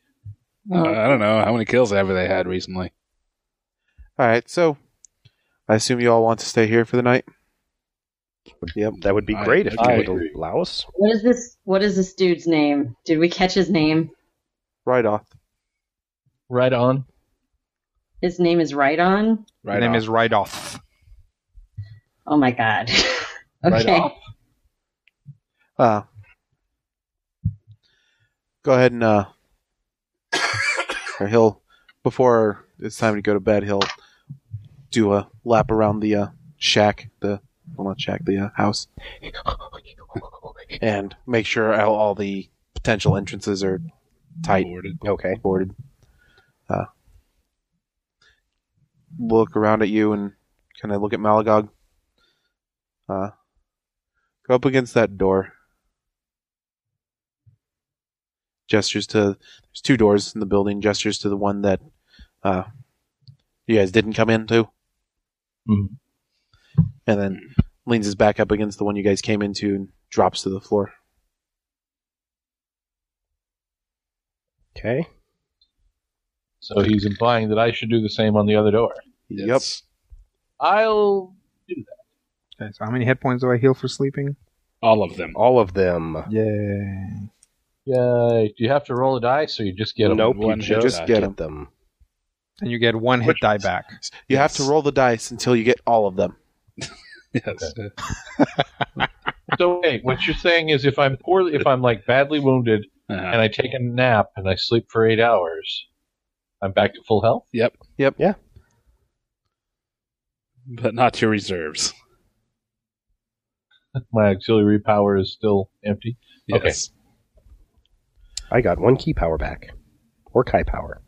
[SPEAKER 5] Uh, I don't know how many kills have they had recently.
[SPEAKER 3] all right so i assume you all want to stay here for the night
[SPEAKER 1] Yep. That would be
[SPEAKER 5] I-
[SPEAKER 1] great if you
[SPEAKER 6] I
[SPEAKER 1] would
[SPEAKER 6] agree.
[SPEAKER 1] allow us.
[SPEAKER 2] What is this? What is this dude's name? Did we catch his name?
[SPEAKER 3] right off
[SPEAKER 6] Right on.
[SPEAKER 2] His name is Rhydon.
[SPEAKER 5] Right.
[SPEAKER 4] Name
[SPEAKER 5] off.
[SPEAKER 4] is Rydoff.
[SPEAKER 2] Oh my god.
[SPEAKER 6] right
[SPEAKER 2] Okay.
[SPEAKER 6] off.
[SPEAKER 3] Uh, go ahead and uh, or he'll before it's time to go to bed. He'll do a lap around the uh, shack, the well, not shack, the uh, house, and make sure all, all the potential entrances are tight,
[SPEAKER 5] Boarded.
[SPEAKER 1] Okay.
[SPEAKER 3] boarded. Uh, look around at you and kind of look at Malagog. Uh, go up against that door. Gestures to there's two doors in the building. Gestures to the one that uh, you guys didn't come into,
[SPEAKER 6] Mhm.
[SPEAKER 3] and then leans his back up against the one you guys came into and drops to the floor.
[SPEAKER 1] Okay.
[SPEAKER 6] So he's implying that I should do the same on the other door.
[SPEAKER 3] Yep.
[SPEAKER 6] I'll
[SPEAKER 4] Okay, so how many hit points do I heal for sleeping?
[SPEAKER 5] All of them.
[SPEAKER 1] All of them.
[SPEAKER 4] Yeah.
[SPEAKER 6] Yay. Do you have to roll a dice or you just get a
[SPEAKER 1] nope.
[SPEAKER 5] one
[SPEAKER 1] you
[SPEAKER 5] hit
[SPEAKER 1] just
[SPEAKER 5] die.
[SPEAKER 1] get
[SPEAKER 3] Get
[SPEAKER 1] them.
[SPEAKER 4] And you get one hit
[SPEAKER 5] Which-
[SPEAKER 4] die back.
[SPEAKER 3] You have to roll the dice until you get all of them.
[SPEAKER 5] Yes.
[SPEAKER 6] So wait, what you're saying is if I'm poorly if I'm like badly wounded
[SPEAKER 5] Uh-huh.
[SPEAKER 6] and I take a nap and I sleep for eight hours, I'm back to full health?
[SPEAKER 5] But not your reserves.
[SPEAKER 6] My auxiliary power is still empty. Okay.
[SPEAKER 5] Yes.
[SPEAKER 1] I got one key power back, or Kai power.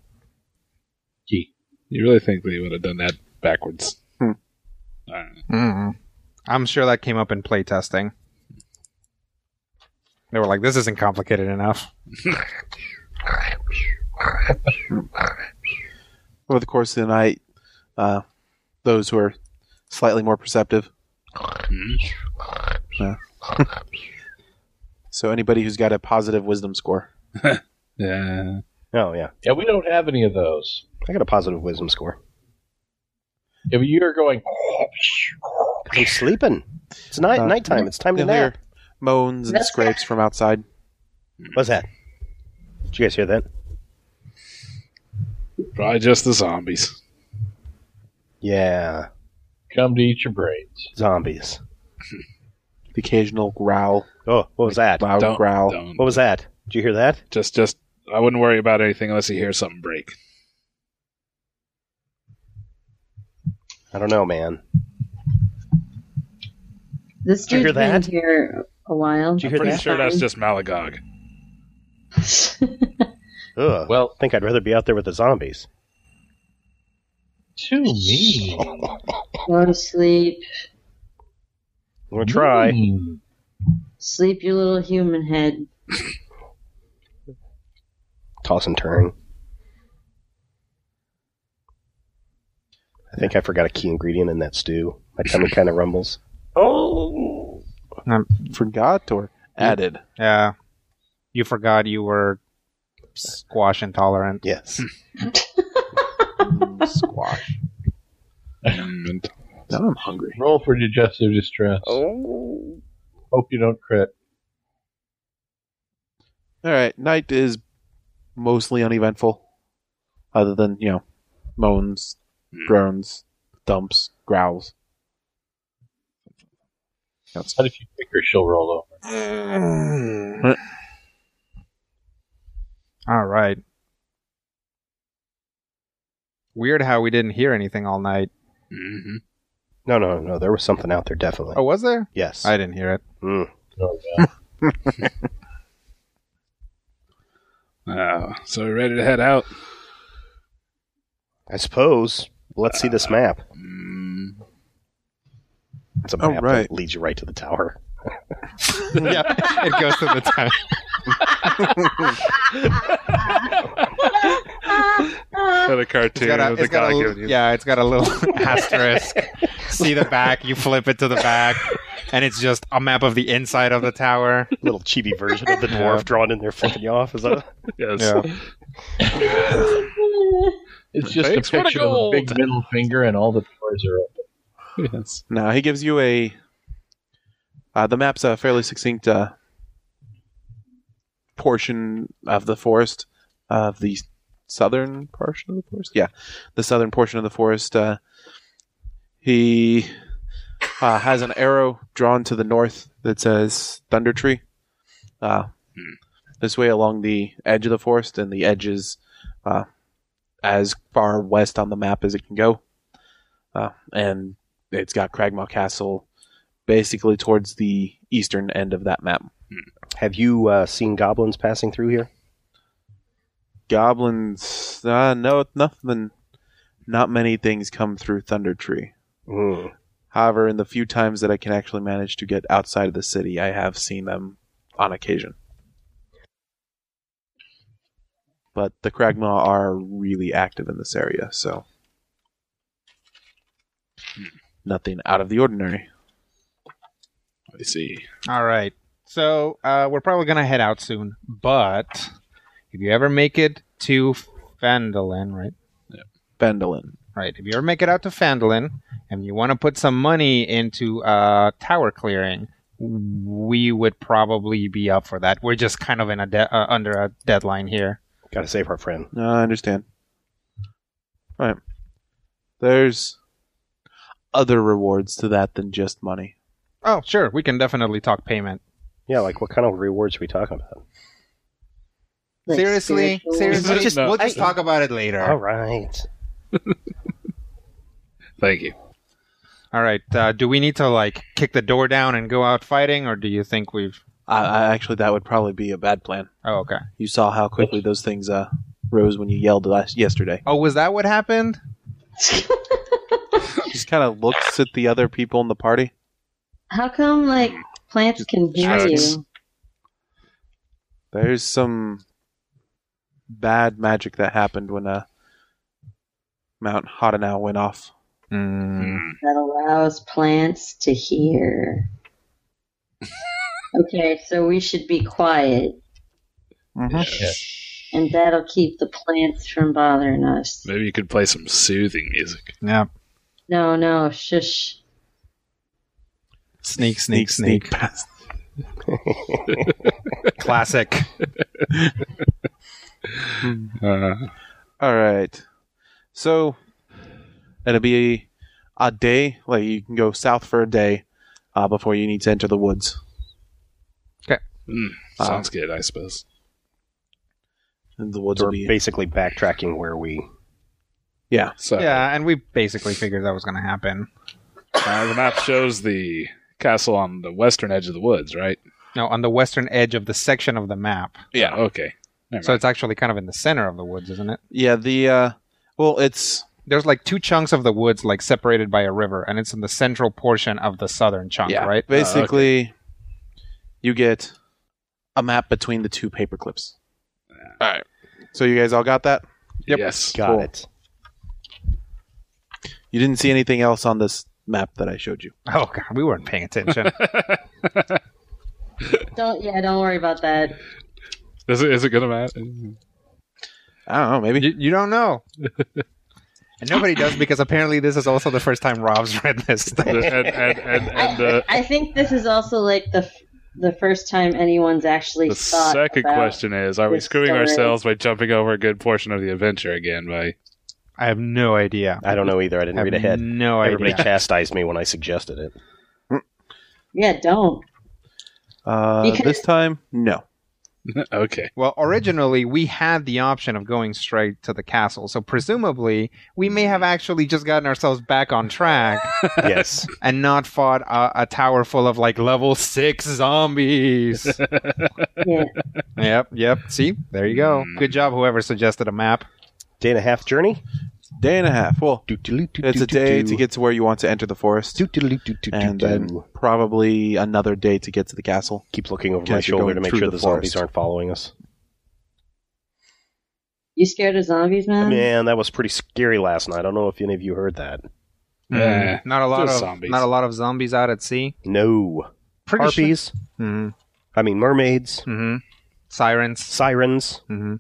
[SPEAKER 6] Key.
[SPEAKER 5] You really think they would have done that backwards?
[SPEAKER 3] Hmm.
[SPEAKER 5] Uh,
[SPEAKER 4] Mm. I'm sure that came up in playtesting. They were like, this isn't complicated enough.
[SPEAKER 3] over the course of the night, uh, those who are slightly more perceptive.
[SPEAKER 5] hmm.
[SPEAKER 3] So anybody who's got a positive wisdom score.
[SPEAKER 5] Yeah.
[SPEAKER 1] Oh yeah,
[SPEAKER 6] Yeah, we don't have any of those.
[SPEAKER 1] I got a positive wisdom score.
[SPEAKER 6] If you're going
[SPEAKER 1] 'Cause I'm sleeping. It's night
[SPEAKER 3] Uh,
[SPEAKER 1] nighttime. It's time to
[SPEAKER 3] You'll hear
[SPEAKER 1] nap.
[SPEAKER 3] moans and
[SPEAKER 2] That's-
[SPEAKER 3] scrapes from outside.
[SPEAKER 1] What's that? Did you guys hear that?
[SPEAKER 5] Probably just the zombies.
[SPEAKER 1] Yeah,
[SPEAKER 6] come to eat your brains.
[SPEAKER 1] zombies.
[SPEAKER 3] The occasional growl,
[SPEAKER 1] Oh, what was that?
[SPEAKER 3] loud
[SPEAKER 5] Don't-
[SPEAKER 3] growl.
[SPEAKER 5] Don't.
[SPEAKER 1] What was that? Did you hear that?
[SPEAKER 5] Just, just. I wouldn't worry about anything unless you hear something break.
[SPEAKER 1] I don't know, man.
[SPEAKER 2] This
[SPEAKER 1] Did you hear
[SPEAKER 2] dude's been
[SPEAKER 1] that?
[SPEAKER 2] here a while.
[SPEAKER 1] Did you
[SPEAKER 5] I'm
[SPEAKER 1] hear
[SPEAKER 5] pretty
[SPEAKER 1] that?
[SPEAKER 5] sure that's just Malagog.
[SPEAKER 1] Ugh. Well,
[SPEAKER 6] Well,
[SPEAKER 1] I think I'd rather be out there with the zombies.
[SPEAKER 6] to me.
[SPEAKER 2] Go to sleep.
[SPEAKER 1] I'm gonna try.
[SPEAKER 6] Hmm.
[SPEAKER 2] Sleep, you little human head.
[SPEAKER 1] Toss and turn. I think I forgot a key ingredient in that stew. My tummy kind of rumbles. Oh.
[SPEAKER 3] Forgot or added.
[SPEAKER 4] Yeah. You forgot you were squash intolerant.
[SPEAKER 1] Yes.
[SPEAKER 3] Mm, squash.
[SPEAKER 5] And
[SPEAKER 3] Now I'm hungry.
[SPEAKER 6] Roll for digestive distress.
[SPEAKER 1] Oh.
[SPEAKER 6] Hope you don't crit.
[SPEAKER 3] All right, night is mostly uneventful, other than you know, moans, groans, thumps, growls. That's
[SPEAKER 6] But if you pick her, she'll roll over.
[SPEAKER 4] All right. Weird how we didn't hear anything all night.
[SPEAKER 5] hmm
[SPEAKER 1] No, no, no. There was something out there, definitely.
[SPEAKER 4] Oh, was there?
[SPEAKER 1] yes.
[SPEAKER 4] I didn't hear it.
[SPEAKER 1] Mm.
[SPEAKER 6] Oh, yeah.
[SPEAKER 5] Uh, so we're ready to head out.
[SPEAKER 1] I suppose. Let's see this map.
[SPEAKER 5] Mm.
[SPEAKER 1] It's a
[SPEAKER 3] All
[SPEAKER 1] map
[SPEAKER 3] right.
[SPEAKER 1] that leads you right to the tower.
[SPEAKER 4] yeah, it goes to the time.
[SPEAKER 5] Got a
[SPEAKER 4] It's
[SPEAKER 5] cartoon
[SPEAKER 4] got a,
[SPEAKER 5] of the
[SPEAKER 4] it's got
[SPEAKER 5] guy
[SPEAKER 4] a,
[SPEAKER 5] giving you.
[SPEAKER 4] l- yeah, it's got a little asterisk. See the back, you flip it to the back, and it's just a map of the inside of the tower.
[SPEAKER 1] Little chibi version of the dwarf
[SPEAKER 4] Yeah.
[SPEAKER 1] drawn in there flipping you off. Is that?
[SPEAKER 5] Yes.
[SPEAKER 4] Yeah.
[SPEAKER 6] It's just
[SPEAKER 5] Thanks
[SPEAKER 6] a
[SPEAKER 5] for the
[SPEAKER 6] picture of a big
[SPEAKER 5] gold.
[SPEAKER 6] middle finger and all the doors are open.
[SPEAKER 5] Yes.
[SPEAKER 3] Now he gives you a. Uh, the map's a fairly succinct uh, portion of the forest, of the southern portion of the forest. Yeah, the southern portion of the forest. Uh, he uh, has an arrow drawn to the north that says Thunder Tree. Uh, This way along the edge of the forest, and the edge is uh, as far west on the map as it can go. Uh, and it's got Cragmaw Castle basically towards the eastern end of that map.
[SPEAKER 1] Have you uh, seen goblins passing through here?
[SPEAKER 3] Goblins, uh, no, nothing. Not many things come through Thunder Tree.
[SPEAKER 1] Mm.
[SPEAKER 3] However, in the few times that I can actually manage to get outside of the city, I have seen them on occasion. But the Kragmaw are really active in this area, so nothing out of the ordinary.
[SPEAKER 5] I see.
[SPEAKER 4] All right. So uh, we're probably gonna head out soon, but if you ever make it to Fandolin, right?
[SPEAKER 3] Bendelin.
[SPEAKER 4] Right. If you ever make it out to Fandolin and you want to put some money into uh, tower clearing, we would probably be up for that. We're just kind of in a de- uh, under a deadline here.
[SPEAKER 1] Gotta save our friend.
[SPEAKER 3] No, I understand. Right. There's other rewards to that than just money.
[SPEAKER 4] Oh, sure. We can definitely talk payment.
[SPEAKER 1] Yeah, like what kind of rewards are we talking about?
[SPEAKER 2] Like,
[SPEAKER 4] seriously,
[SPEAKER 2] spiritual-
[SPEAKER 4] seriously, just,
[SPEAKER 5] No.
[SPEAKER 4] we'll just talk about it later.
[SPEAKER 1] All right.
[SPEAKER 5] Thank you.
[SPEAKER 4] All right. Uh, do we need to like kick the door down and go out fighting, or do you think we've?
[SPEAKER 3] I, I actually, that would probably be a bad plan.
[SPEAKER 4] Oh, okay.
[SPEAKER 3] You saw how quickly those things uh, rose when you yelled last yesterday.
[SPEAKER 4] Oh, was that what happened?
[SPEAKER 3] Just kind of looks at the other people in the party.
[SPEAKER 2] How come like plants can hear
[SPEAKER 5] Drugs.
[SPEAKER 2] you?
[SPEAKER 3] There's some bad magic that happened when uh, Mount Hodanau went off.
[SPEAKER 4] Mm,
[SPEAKER 5] Hmm.
[SPEAKER 2] That allows plants to hear. okay, so we should be quiet, and that'll keep the plants from bothering us.
[SPEAKER 5] Maybe you could play some soothing music.
[SPEAKER 4] Yeah.
[SPEAKER 2] No, no, shush.
[SPEAKER 4] Sneak,
[SPEAKER 3] Sneak, sneak, past.
[SPEAKER 4] Classic.
[SPEAKER 5] Uh,
[SPEAKER 3] All right. So it'll be a day. Like you can go south for a day uh, before you need to enter the woods.
[SPEAKER 5] mm,
[SPEAKER 3] Uh,
[SPEAKER 5] sounds good, I suppose.
[SPEAKER 3] And the woods
[SPEAKER 1] So
[SPEAKER 3] will
[SPEAKER 1] we're
[SPEAKER 3] be
[SPEAKER 1] basically backtracking where we.
[SPEAKER 3] yeah.
[SPEAKER 5] So
[SPEAKER 4] Yeah, and we basically figured that was going to happen.
[SPEAKER 5] uh, the map shows the castle on the western edge of the woods, right?
[SPEAKER 4] No, on the western edge of the section of the map.
[SPEAKER 5] Yeah. Okay. Never
[SPEAKER 4] So it's actually kind of in the center of the woods, isn't it?
[SPEAKER 3] Yeah. The uh, well, it's
[SPEAKER 4] There's like two chunks of the woods like separated by a river, and it's in the central portion of the southern chunk, right?
[SPEAKER 3] Basically, you get a map between the two paper clips. All right. So you guys all got that?
[SPEAKER 5] mind. Yes.
[SPEAKER 1] Got
[SPEAKER 3] Cool.
[SPEAKER 1] it.
[SPEAKER 3] You didn't see anything else on this map that I showed you.
[SPEAKER 4] Oh god, we weren't paying attention.
[SPEAKER 2] Don't yeah, don't worry about that.
[SPEAKER 5] Is it, is it gonna matter?
[SPEAKER 3] I don't know. Maybe
[SPEAKER 4] you, you don't know. And nobody does because apparently this is also the first time Rob's read this
[SPEAKER 5] and
[SPEAKER 4] thing.
[SPEAKER 5] and and, and uh,
[SPEAKER 2] I, I think this is also like the f- the first time anyone's actually
[SPEAKER 5] the
[SPEAKER 2] thought
[SPEAKER 5] second
[SPEAKER 2] about-
[SPEAKER 5] question is: Are we
[SPEAKER 2] this
[SPEAKER 5] screwing
[SPEAKER 2] story.
[SPEAKER 5] ourselves by jumping over a good portion of the adventure again? By
[SPEAKER 4] I have no idea.
[SPEAKER 1] I don't know either. I didn't
[SPEAKER 4] I
[SPEAKER 1] read
[SPEAKER 4] have
[SPEAKER 1] ahead.
[SPEAKER 4] No
[SPEAKER 1] Everybody
[SPEAKER 4] idea.
[SPEAKER 1] chastised me when I suggested it.
[SPEAKER 2] Yeah, don't.
[SPEAKER 3] uh,
[SPEAKER 2] Because-
[SPEAKER 3] this time. No.
[SPEAKER 5] okay,
[SPEAKER 4] Well, originally we had the option of going straight to the castle, so presumably we may have actually just gotten ourselves back on track
[SPEAKER 1] Yes.
[SPEAKER 4] and not fought a, a tower full of like level six zombies.
[SPEAKER 2] Yeah.
[SPEAKER 4] yep, yep. See, there you go.
[SPEAKER 5] Hmm.
[SPEAKER 4] Good job, whoever suggested a map.
[SPEAKER 1] Day and a half journey.
[SPEAKER 3] Day and a half. Well, it's
[SPEAKER 1] It's
[SPEAKER 3] a day to get to where you want to enter the forest, and then
[SPEAKER 1] get.
[SPEAKER 3] probably another day to get to the castle.
[SPEAKER 1] Keep looking over
[SPEAKER 3] Guess
[SPEAKER 1] my
[SPEAKER 3] you're
[SPEAKER 1] shoulder
[SPEAKER 3] going
[SPEAKER 1] to make
[SPEAKER 3] through
[SPEAKER 1] sure
[SPEAKER 3] the
[SPEAKER 1] the zombies
[SPEAKER 3] forest.
[SPEAKER 1] aren't following us.
[SPEAKER 2] You scared of zombies, man?
[SPEAKER 1] Man, that was pretty scary last night. I don't know if any of you heard that.
[SPEAKER 5] Eh,
[SPEAKER 4] Hmm. not a lot
[SPEAKER 5] just
[SPEAKER 4] of
[SPEAKER 5] zombies.
[SPEAKER 4] not a lot of zombies out at sea.
[SPEAKER 1] No. Harpies.
[SPEAKER 4] hmm
[SPEAKER 1] I mean, mermaids,
[SPEAKER 4] hmm Sirens.
[SPEAKER 1] sirens,
[SPEAKER 4] hmm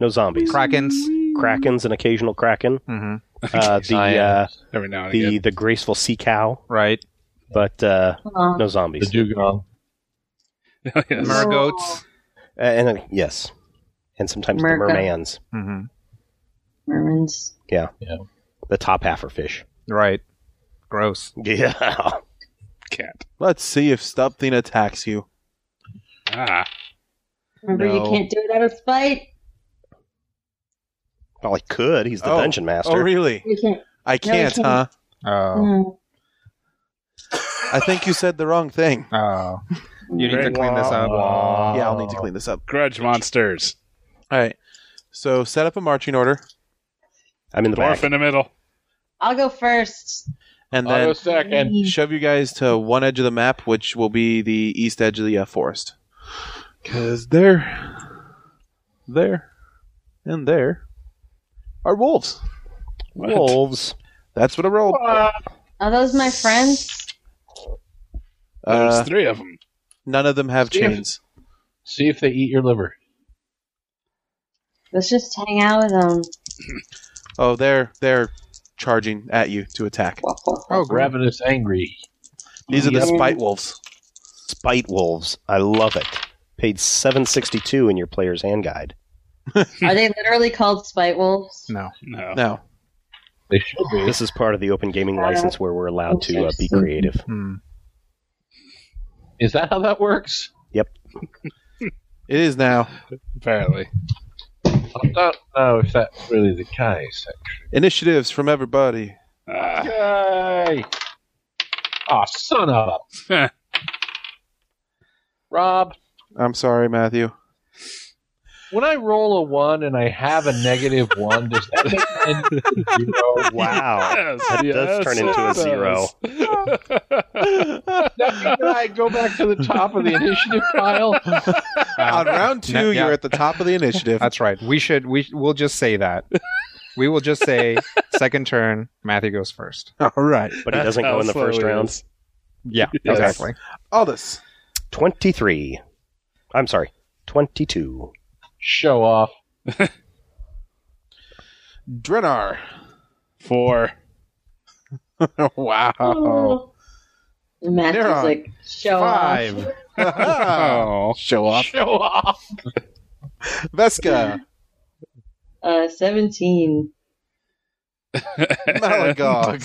[SPEAKER 1] no zombies.
[SPEAKER 4] Krakens.
[SPEAKER 1] Krakens, an occasional kraken.
[SPEAKER 4] hmm
[SPEAKER 1] Uh, the uh,
[SPEAKER 5] every now and
[SPEAKER 1] the
[SPEAKER 5] again.
[SPEAKER 1] the graceful sea cow,
[SPEAKER 4] Right.
[SPEAKER 1] but uh,
[SPEAKER 2] Aw.
[SPEAKER 1] no
[SPEAKER 6] The
[SPEAKER 1] zombies.
[SPEAKER 6] dugong.
[SPEAKER 5] Yes.
[SPEAKER 4] Mergoats.
[SPEAKER 1] Uh, and uh, yes, and sometimes
[SPEAKER 2] Merca.
[SPEAKER 1] the mermans.
[SPEAKER 4] hmm
[SPEAKER 2] Mermans.
[SPEAKER 1] Yeah.
[SPEAKER 6] Yeah.
[SPEAKER 1] The top half are fish.
[SPEAKER 4] Right. Gross.
[SPEAKER 1] Yeah.
[SPEAKER 5] cat.
[SPEAKER 3] Let's see if something attacks you.
[SPEAKER 5] Ah,
[SPEAKER 2] Remember,
[SPEAKER 3] No.
[SPEAKER 2] you can't do it out of spite.
[SPEAKER 1] Well, I could. He's the
[SPEAKER 3] Oh.
[SPEAKER 1] dungeon master.
[SPEAKER 3] Oh, really?
[SPEAKER 2] You can't.
[SPEAKER 3] I can't,
[SPEAKER 2] can't.
[SPEAKER 3] huh?
[SPEAKER 4] Oh,
[SPEAKER 3] I think you said the wrong thing.
[SPEAKER 4] oh. You need to
[SPEAKER 5] Great.
[SPEAKER 4] clean this up.
[SPEAKER 3] Yeah, I'll need to clean this up.
[SPEAKER 5] grudge monsters.
[SPEAKER 3] All right. So set up a marching order,
[SPEAKER 1] I'm in the
[SPEAKER 5] Dwarf
[SPEAKER 1] back.
[SPEAKER 5] in the middle.
[SPEAKER 2] I'll go first.
[SPEAKER 3] and
[SPEAKER 6] Auto
[SPEAKER 3] then
[SPEAKER 6] stack and
[SPEAKER 3] shove you guys to one edge of the map, which will be the east edge of the uh, forest. Because there, there, and there are wolves.
[SPEAKER 5] What?
[SPEAKER 1] Wolves.
[SPEAKER 3] That's what I rolled.
[SPEAKER 2] Are those my friends?
[SPEAKER 5] There's
[SPEAKER 3] Uh,
[SPEAKER 5] three of them.
[SPEAKER 3] none of them have
[SPEAKER 6] Steve.
[SPEAKER 3] chains.
[SPEAKER 6] see if they eat your liver.
[SPEAKER 2] Let's just hang out with them.
[SPEAKER 3] Oh, they're they're charging at you to attack.
[SPEAKER 4] Oh, great.
[SPEAKER 6] Ravenous angry.
[SPEAKER 3] These are the
[SPEAKER 2] Yeah.
[SPEAKER 3] spite wolves.
[SPEAKER 1] Spite wolves. I love it. Page 762 in your player's hand guide.
[SPEAKER 2] Are they literally called spite wolves?
[SPEAKER 4] No.
[SPEAKER 5] No.
[SPEAKER 3] No,
[SPEAKER 6] They should be.
[SPEAKER 1] This is part of the open gaming license where we're allowed to uh, be creative.
[SPEAKER 4] Hmm.
[SPEAKER 6] Is that how that works?
[SPEAKER 3] it is now.
[SPEAKER 5] Apparently.
[SPEAKER 6] I don't know if that's really the case.
[SPEAKER 3] Initiatives from everybody.
[SPEAKER 1] Oh,
[SPEAKER 5] Ah.
[SPEAKER 6] Yay! Oh, son of a. Rob,
[SPEAKER 3] I'm sorry, Matthew.
[SPEAKER 6] when I roll a one and I have a negative one, does that make me a zero?
[SPEAKER 1] Wow.
[SPEAKER 5] Yes,
[SPEAKER 1] That does turn
[SPEAKER 5] Ah. yes,
[SPEAKER 1] into a
[SPEAKER 5] it
[SPEAKER 1] zero.
[SPEAKER 5] does.
[SPEAKER 6] That mean I go back to the top of the initiative pile?
[SPEAKER 3] On round two,
[SPEAKER 4] no, yeah.
[SPEAKER 3] you're at the top of the initiative.
[SPEAKER 4] That's right. We should. We we'll just say that. we will just say second turn. Matthew goes first.
[SPEAKER 3] All right.
[SPEAKER 1] But he doesn't
[SPEAKER 5] That's
[SPEAKER 1] go in the
[SPEAKER 5] how slow
[SPEAKER 1] first
[SPEAKER 5] he
[SPEAKER 1] round.
[SPEAKER 5] is.
[SPEAKER 4] Yeah,
[SPEAKER 5] Yes.
[SPEAKER 4] exactly.
[SPEAKER 3] Aldous.
[SPEAKER 1] 23. I'm sorry. 22.
[SPEAKER 6] Show off.
[SPEAKER 3] Drenar.
[SPEAKER 5] Four.
[SPEAKER 3] wow.
[SPEAKER 2] Oh. Matt is
[SPEAKER 3] Neuron.
[SPEAKER 2] like, show off.
[SPEAKER 3] Five.
[SPEAKER 5] Oh.
[SPEAKER 3] Show off.
[SPEAKER 6] Show off.
[SPEAKER 3] Vesca.
[SPEAKER 2] Uh, 17.
[SPEAKER 3] Malagog.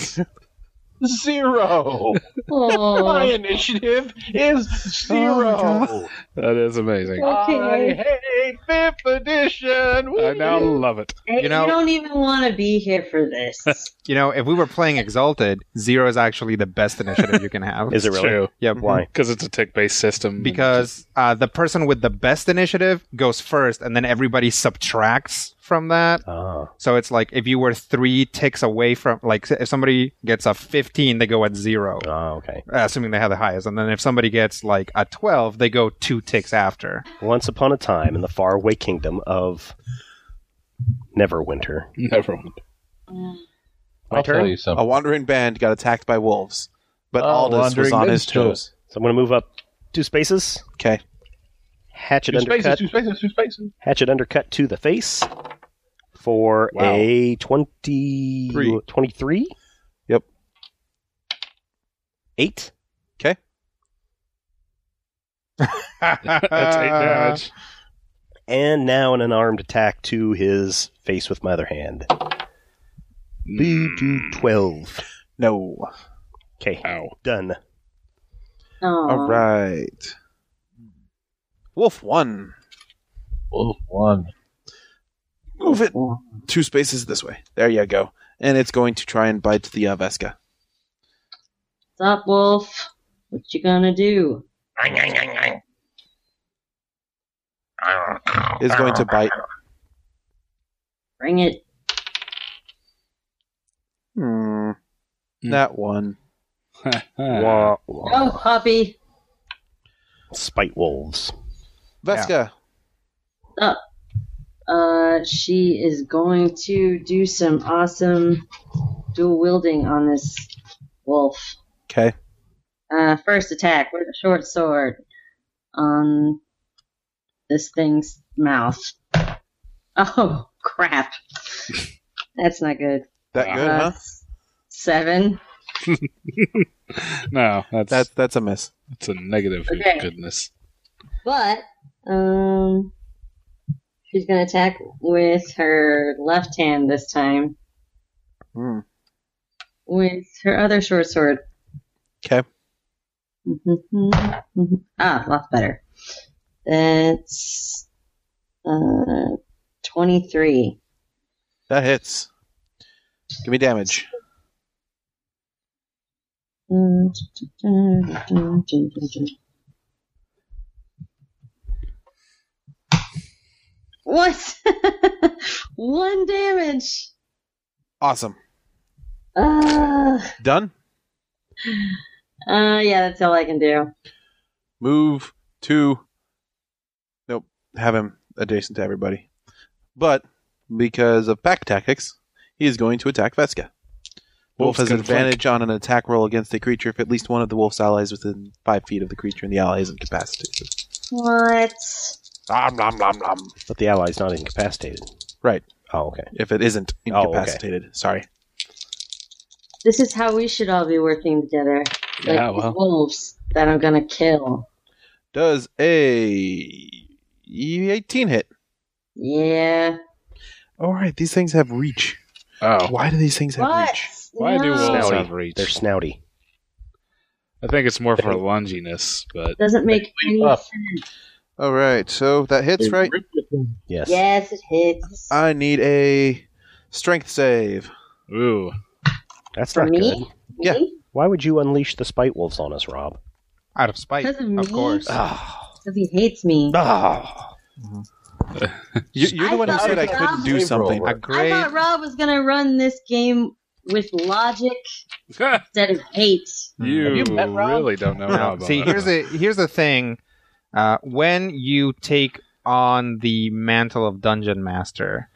[SPEAKER 6] Zero. My
[SPEAKER 2] Oh.
[SPEAKER 6] initiative is zero. Oh,
[SPEAKER 5] That is amazing.
[SPEAKER 2] Okay.
[SPEAKER 6] I hate fifth edition.
[SPEAKER 5] I now love it.
[SPEAKER 2] Hey,
[SPEAKER 4] You know-
[SPEAKER 2] you don't even want to be here for this.
[SPEAKER 4] You know, if we were playing Exalted, zero is actually the best initiative you can have.
[SPEAKER 1] Is it
[SPEAKER 5] It's
[SPEAKER 1] really?
[SPEAKER 5] true.
[SPEAKER 4] Yep.
[SPEAKER 1] Why?
[SPEAKER 5] Because it's a tick based system.
[SPEAKER 4] Because uh, the person with the best initiative goes first, and then everybody subtracts from that.
[SPEAKER 1] Ah.
[SPEAKER 4] So it's like if you were three ticks away from, like, if somebody gets a 15, they go at zero, uh,
[SPEAKER 1] Ah, okay.
[SPEAKER 4] assuming they have the highest. And then if somebody gets, like, a 12, they go two ticks after.
[SPEAKER 1] Once upon a time in the faraway kingdom of Neverwinter.
[SPEAKER 5] Never mind.
[SPEAKER 1] My
[SPEAKER 6] I'll tell
[SPEAKER 1] turn.
[SPEAKER 6] you something.
[SPEAKER 3] A wandering band got attacked by wolves, but
[SPEAKER 6] Oh,
[SPEAKER 3] Aldous was
[SPEAKER 6] wandering
[SPEAKER 3] on his
[SPEAKER 6] band's true.
[SPEAKER 3] toes.
[SPEAKER 1] So I'm going to move up two spaces.
[SPEAKER 3] Okay.
[SPEAKER 1] Hatchet
[SPEAKER 6] Two spaces,
[SPEAKER 1] undercut.
[SPEAKER 6] two spaces, two spaces.
[SPEAKER 1] Hatchet undercut to the face for
[SPEAKER 5] Wow.
[SPEAKER 1] a 20,
[SPEAKER 3] Three.
[SPEAKER 1] 23.
[SPEAKER 3] Yep.
[SPEAKER 1] Eight.
[SPEAKER 5] That's eight damage.
[SPEAKER 1] And now an unarmed attack to his face with my other hand.
[SPEAKER 5] Mm.
[SPEAKER 1] 12.
[SPEAKER 3] No.
[SPEAKER 6] Uh-huh.
[SPEAKER 1] Okay,
[SPEAKER 5] Ow.
[SPEAKER 1] done.
[SPEAKER 2] Oh.
[SPEAKER 3] All right. Wolf one.
[SPEAKER 6] Wolf one.
[SPEAKER 3] Move it two spaces this way. There you go. And it's going to try and bite the uh, Vesca.
[SPEAKER 2] What's up, Wolf? What you gonna do?
[SPEAKER 3] It's going to bite.
[SPEAKER 2] Bring it.
[SPEAKER 3] Hmm. That one.
[SPEAKER 1] Wah, wah.
[SPEAKER 2] Go, Oh, puppy.
[SPEAKER 1] Spite wolves.
[SPEAKER 3] Vesca.
[SPEAKER 2] Uh, she is going to do some awesome dual wielding on this wolf.
[SPEAKER 3] Okay.
[SPEAKER 2] Uh, first attack with a short sword on this thing's mouth. Oh, crap. That's not good.
[SPEAKER 3] That good,
[SPEAKER 2] Uh,
[SPEAKER 3] huh?
[SPEAKER 2] Seven.
[SPEAKER 5] no, that's
[SPEAKER 3] That
[SPEAKER 5] that's,
[SPEAKER 3] that's a miss.
[SPEAKER 5] a negative.
[SPEAKER 2] Okay.
[SPEAKER 5] Goodness.
[SPEAKER 2] But um, she's gonna attack with her left hand this time
[SPEAKER 3] Hmm.
[SPEAKER 2] with her other short sword.
[SPEAKER 3] Okay.
[SPEAKER 2] ah, lots better. That's uh, 23.
[SPEAKER 3] That hits. Give me damage.
[SPEAKER 2] What? One damage.
[SPEAKER 3] Awesome.
[SPEAKER 2] Uh,
[SPEAKER 3] Done.
[SPEAKER 2] uh, yeah, that's all I can do.
[SPEAKER 3] Move to. Nope. Have him adjacent to everybody. But because of pack tactics, he is going to attack Veska. Wolf
[SPEAKER 5] Wolf's
[SPEAKER 3] has
[SPEAKER 5] gonna
[SPEAKER 3] advantage on an attack roll against a creature if at least one of the wolf's allies within five feet of the creature and the ally is incapacitated.
[SPEAKER 2] What?
[SPEAKER 3] Nom, nom, nom, nom.
[SPEAKER 1] But the ally's not incapacitated.
[SPEAKER 3] Right.
[SPEAKER 1] Oh, okay.
[SPEAKER 3] If it isn't
[SPEAKER 1] Oh, okay.
[SPEAKER 3] incapacitated, sorry.
[SPEAKER 2] This is how we should all be working together.
[SPEAKER 5] Yeah,
[SPEAKER 2] like
[SPEAKER 5] well.
[SPEAKER 2] wolves that I'm gonna kill.
[SPEAKER 3] Does a 18 hit?
[SPEAKER 2] Yeah.
[SPEAKER 3] All right, these things have reach.
[SPEAKER 5] Oh,
[SPEAKER 3] Why do these things have
[SPEAKER 2] What?
[SPEAKER 3] reach?
[SPEAKER 5] why do
[SPEAKER 2] No.
[SPEAKER 5] wolves
[SPEAKER 1] Snouty.
[SPEAKER 5] have reach?
[SPEAKER 1] They're snouty.
[SPEAKER 5] I think it's more for lunginess, but
[SPEAKER 2] Doesn't make any
[SPEAKER 6] Tough.
[SPEAKER 2] sense.
[SPEAKER 3] All right, so that hits, right?
[SPEAKER 1] Yes.
[SPEAKER 2] Yes, it hits.
[SPEAKER 3] I need a strength save.
[SPEAKER 5] ooh,
[SPEAKER 1] That's
[SPEAKER 2] For
[SPEAKER 1] not
[SPEAKER 2] me?
[SPEAKER 1] good.
[SPEAKER 3] Yeah.
[SPEAKER 2] Me?
[SPEAKER 1] Why would you unleash the spite wolves on us, Rob?
[SPEAKER 4] Out of spite,
[SPEAKER 2] Because of
[SPEAKER 4] of,
[SPEAKER 2] me?
[SPEAKER 4] course.
[SPEAKER 5] Ah.
[SPEAKER 2] Because he hates me.
[SPEAKER 1] Ah.
[SPEAKER 3] You, you're the
[SPEAKER 2] I
[SPEAKER 3] one who
[SPEAKER 2] thought
[SPEAKER 3] said I
[SPEAKER 2] it was
[SPEAKER 3] couldn't do
[SPEAKER 1] Save roll.
[SPEAKER 3] something.
[SPEAKER 4] a
[SPEAKER 2] I
[SPEAKER 4] great.
[SPEAKER 2] thought Rob was gonna run this game with logic instead of hate.
[SPEAKER 5] Hmm. you,
[SPEAKER 6] you met Rob?
[SPEAKER 5] really don't know.
[SPEAKER 4] No,
[SPEAKER 5] Rob.
[SPEAKER 4] see, here's the here's the thing. Uh, when you take on the mantle of dungeon master,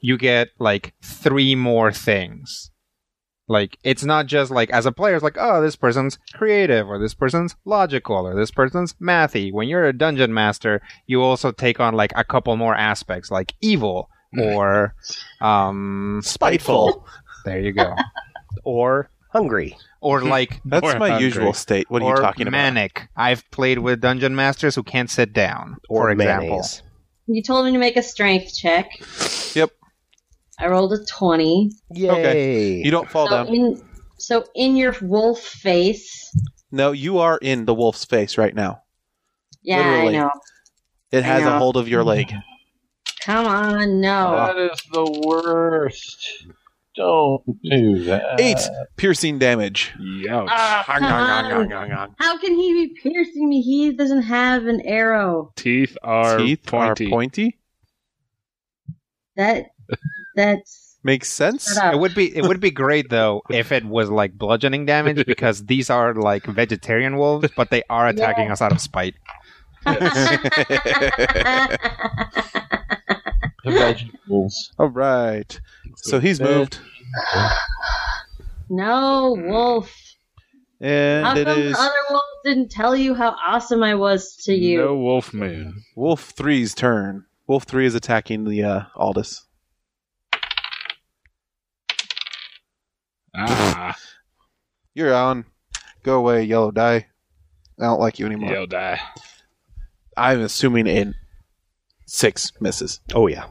[SPEAKER 4] you get like three more things. Like it's not just like as a player, it's like oh this person's creative or this person's logical or this person's mathy. When you're a dungeon master, you also take on like a couple more aspects, like evil or um.
[SPEAKER 3] Spiteful.
[SPEAKER 4] There you go.
[SPEAKER 1] Or hungry.
[SPEAKER 4] Or like
[SPEAKER 3] That's
[SPEAKER 5] Or
[SPEAKER 3] my
[SPEAKER 5] hungry.
[SPEAKER 3] usual state. What are you
[SPEAKER 4] or
[SPEAKER 3] talking
[SPEAKER 4] manic. I've played with dungeon masters who can't sit down.
[SPEAKER 1] Or
[SPEAKER 4] for example,
[SPEAKER 1] mayonnaise.
[SPEAKER 2] You told me to make a strength check.
[SPEAKER 3] Yep.
[SPEAKER 2] I rolled a twenty.
[SPEAKER 1] Yay.
[SPEAKER 3] about? You don't fall
[SPEAKER 2] so
[SPEAKER 3] down.
[SPEAKER 2] in so in your wolf face.
[SPEAKER 3] No, you are in the wolf's face right now.
[SPEAKER 2] Yeah,
[SPEAKER 3] Literally.
[SPEAKER 2] I know.
[SPEAKER 3] It has
[SPEAKER 2] Yeah.
[SPEAKER 3] a hold of your leg.
[SPEAKER 2] Come on, no.
[SPEAKER 6] That is the worst. Don't do that.
[SPEAKER 3] Eight piercing damage.
[SPEAKER 5] Yowch.
[SPEAKER 2] Ah, come on. How can he be piercing me? He doesn't have an arrow.
[SPEAKER 5] Teeth are
[SPEAKER 3] Teeth
[SPEAKER 5] pointy.
[SPEAKER 3] are pointy.
[SPEAKER 2] That that's
[SPEAKER 3] Makes sense.
[SPEAKER 2] shut up.
[SPEAKER 4] it would be it would be great though if it was like bludgeoning damage because these are like vegetarian wolves, but they are attacking us out of spite.
[SPEAKER 6] The vegetables.
[SPEAKER 3] All right. So he's
[SPEAKER 6] Uh,
[SPEAKER 3] moved,
[SPEAKER 2] no, Wolf. How
[SPEAKER 3] and it
[SPEAKER 2] come
[SPEAKER 3] is
[SPEAKER 2] the
[SPEAKER 5] Uh,
[SPEAKER 2] other Wolf didn't tell you how awesome I was to you?
[SPEAKER 5] No wolf moon.
[SPEAKER 3] Wolf 3's turn. Wolf 3 is attacking the uh, Aldous.
[SPEAKER 5] Ah,
[SPEAKER 3] You're on. Go away, yellow die. I don't like you anymore.
[SPEAKER 5] you'll die.
[SPEAKER 3] I'm assuming in six misses.
[SPEAKER 1] Oh, yeah.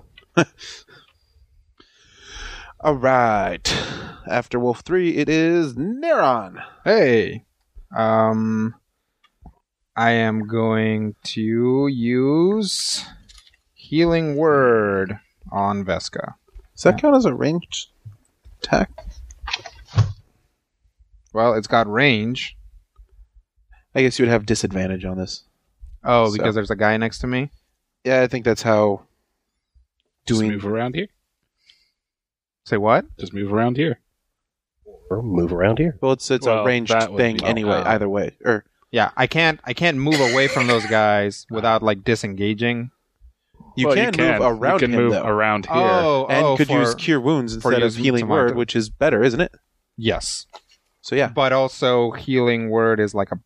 [SPEAKER 3] All right. After Wolf 3, it is Neron.
[SPEAKER 4] Hey, um, I am going to use healing word on Vesca.
[SPEAKER 3] Does that count as a ranged attack?
[SPEAKER 4] Well, it's got range.
[SPEAKER 3] I guess you would have disadvantage on this.
[SPEAKER 4] Oh,
[SPEAKER 3] So-
[SPEAKER 4] because there's a guy next to me.
[SPEAKER 3] Yeah, I think that's how
[SPEAKER 5] Just
[SPEAKER 3] doing.
[SPEAKER 5] move around here.
[SPEAKER 4] Say what?
[SPEAKER 5] Just move around here.
[SPEAKER 1] Or move around here.
[SPEAKER 3] Well, it's, it's
[SPEAKER 5] Well,
[SPEAKER 3] a ranged
[SPEAKER 5] that would
[SPEAKER 3] thing
[SPEAKER 5] be-
[SPEAKER 3] anyway,
[SPEAKER 5] oh.
[SPEAKER 3] either way. Or
[SPEAKER 4] Yeah, I can't I can't move away from those guys without like disengaging.
[SPEAKER 3] you,
[SPEAKER 5] Well,
[SPEAKER 3] can, move
[SPEAKER 5] You
[SPEAKER 3] around
[SPEAKER 5] can
[SPEAKER 3] him,
[SPEAKER 5] move
[SPEAKER 3] though.
[SPEAKER 5] around here.
[SPEAKER 4] Oh,
[SPEAKER 3] and
[SPEAKER 4] oh,
[SPEAKER 3] could
[SPEAKER 4] for-
[SPEAKER 3] use Cure Wounds
[SPEAKER 4] for
[SPEAKER 3] instead of
[SPEAKER 4] using
[SPEAKER 3] Healing
[SPEAKER 4] Tomato.
[SPEAKER 3] Word, which is better, isn't it?
[SPEAKER 4] yes,
[SPEAKER 3] So yeah,
[SPEAKER 4] but also healing word is like a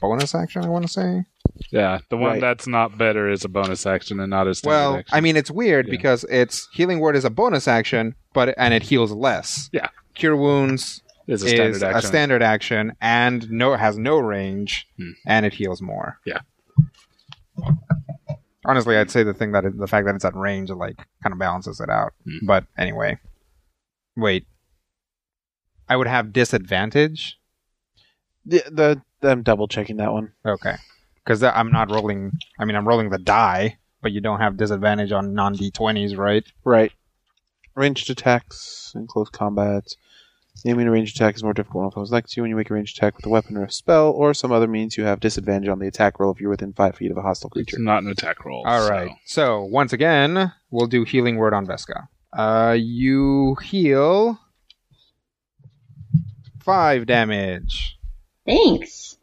[SPEAKER 4] bonus action. I want to say.
[SPEAKER 5] Yeah, the one
[SPEAKER 3] Right.
[SPEAKER 5] that's not better is a bonus action and not a standard
[SPEAKER 4] Well,
[SPEAKER 5] action.
[SPEAKER 4] I mean it's weird
[SPEAKER 5] Yeah.
[SPEAKER 4] because it's healing word is a bonus action, but and it heals less.
[SPEAKER 5] Yeah.
[SPEAKER 4] cure wounds
[SPEAKER 5] it's a standard
[SPEAKER 4] is a
[SPEAKER 5] action.
[SPEAKER 4] standard action and no has no range
[SPEAKER 5] Hmm.
[SPEAKER 4] and it heals more.
[SPEAKER 5] Yeah.
[SPEAKER 4] Honestly, I'd say the thing that it, the fact that it's at range like kind of balances it out.
[SPEAKER 5] Hmm.
[SPEAKER 4] But anyway, wait, I would have disadvantage.
[SPEAKER 3] the, the I'm double checking that one.
[SPEAKER 4] Okay. Because I'm not rolling. I mean, I'm rolling the die, but you don't have disadvantage on non d20s, right?
[SPEAKER 3] Right. Ranged attacks in close combat. Aiming a ranged attack is more difficult when opponents next to you. When you make a ranged attack with a weapon or a spell or some other means, you have disadvantage on the attack roll if you're within five feet of a hostile
[SPEAKER 5] It's
[SPEAKER 3] creature.
[SPEAKER 5] not an attack roll.
[SPEAKER 4] All right. So. once again, we'll do healing word on Vesca. Uh, you heal five damage,
[SPEAKER 2] Thanks.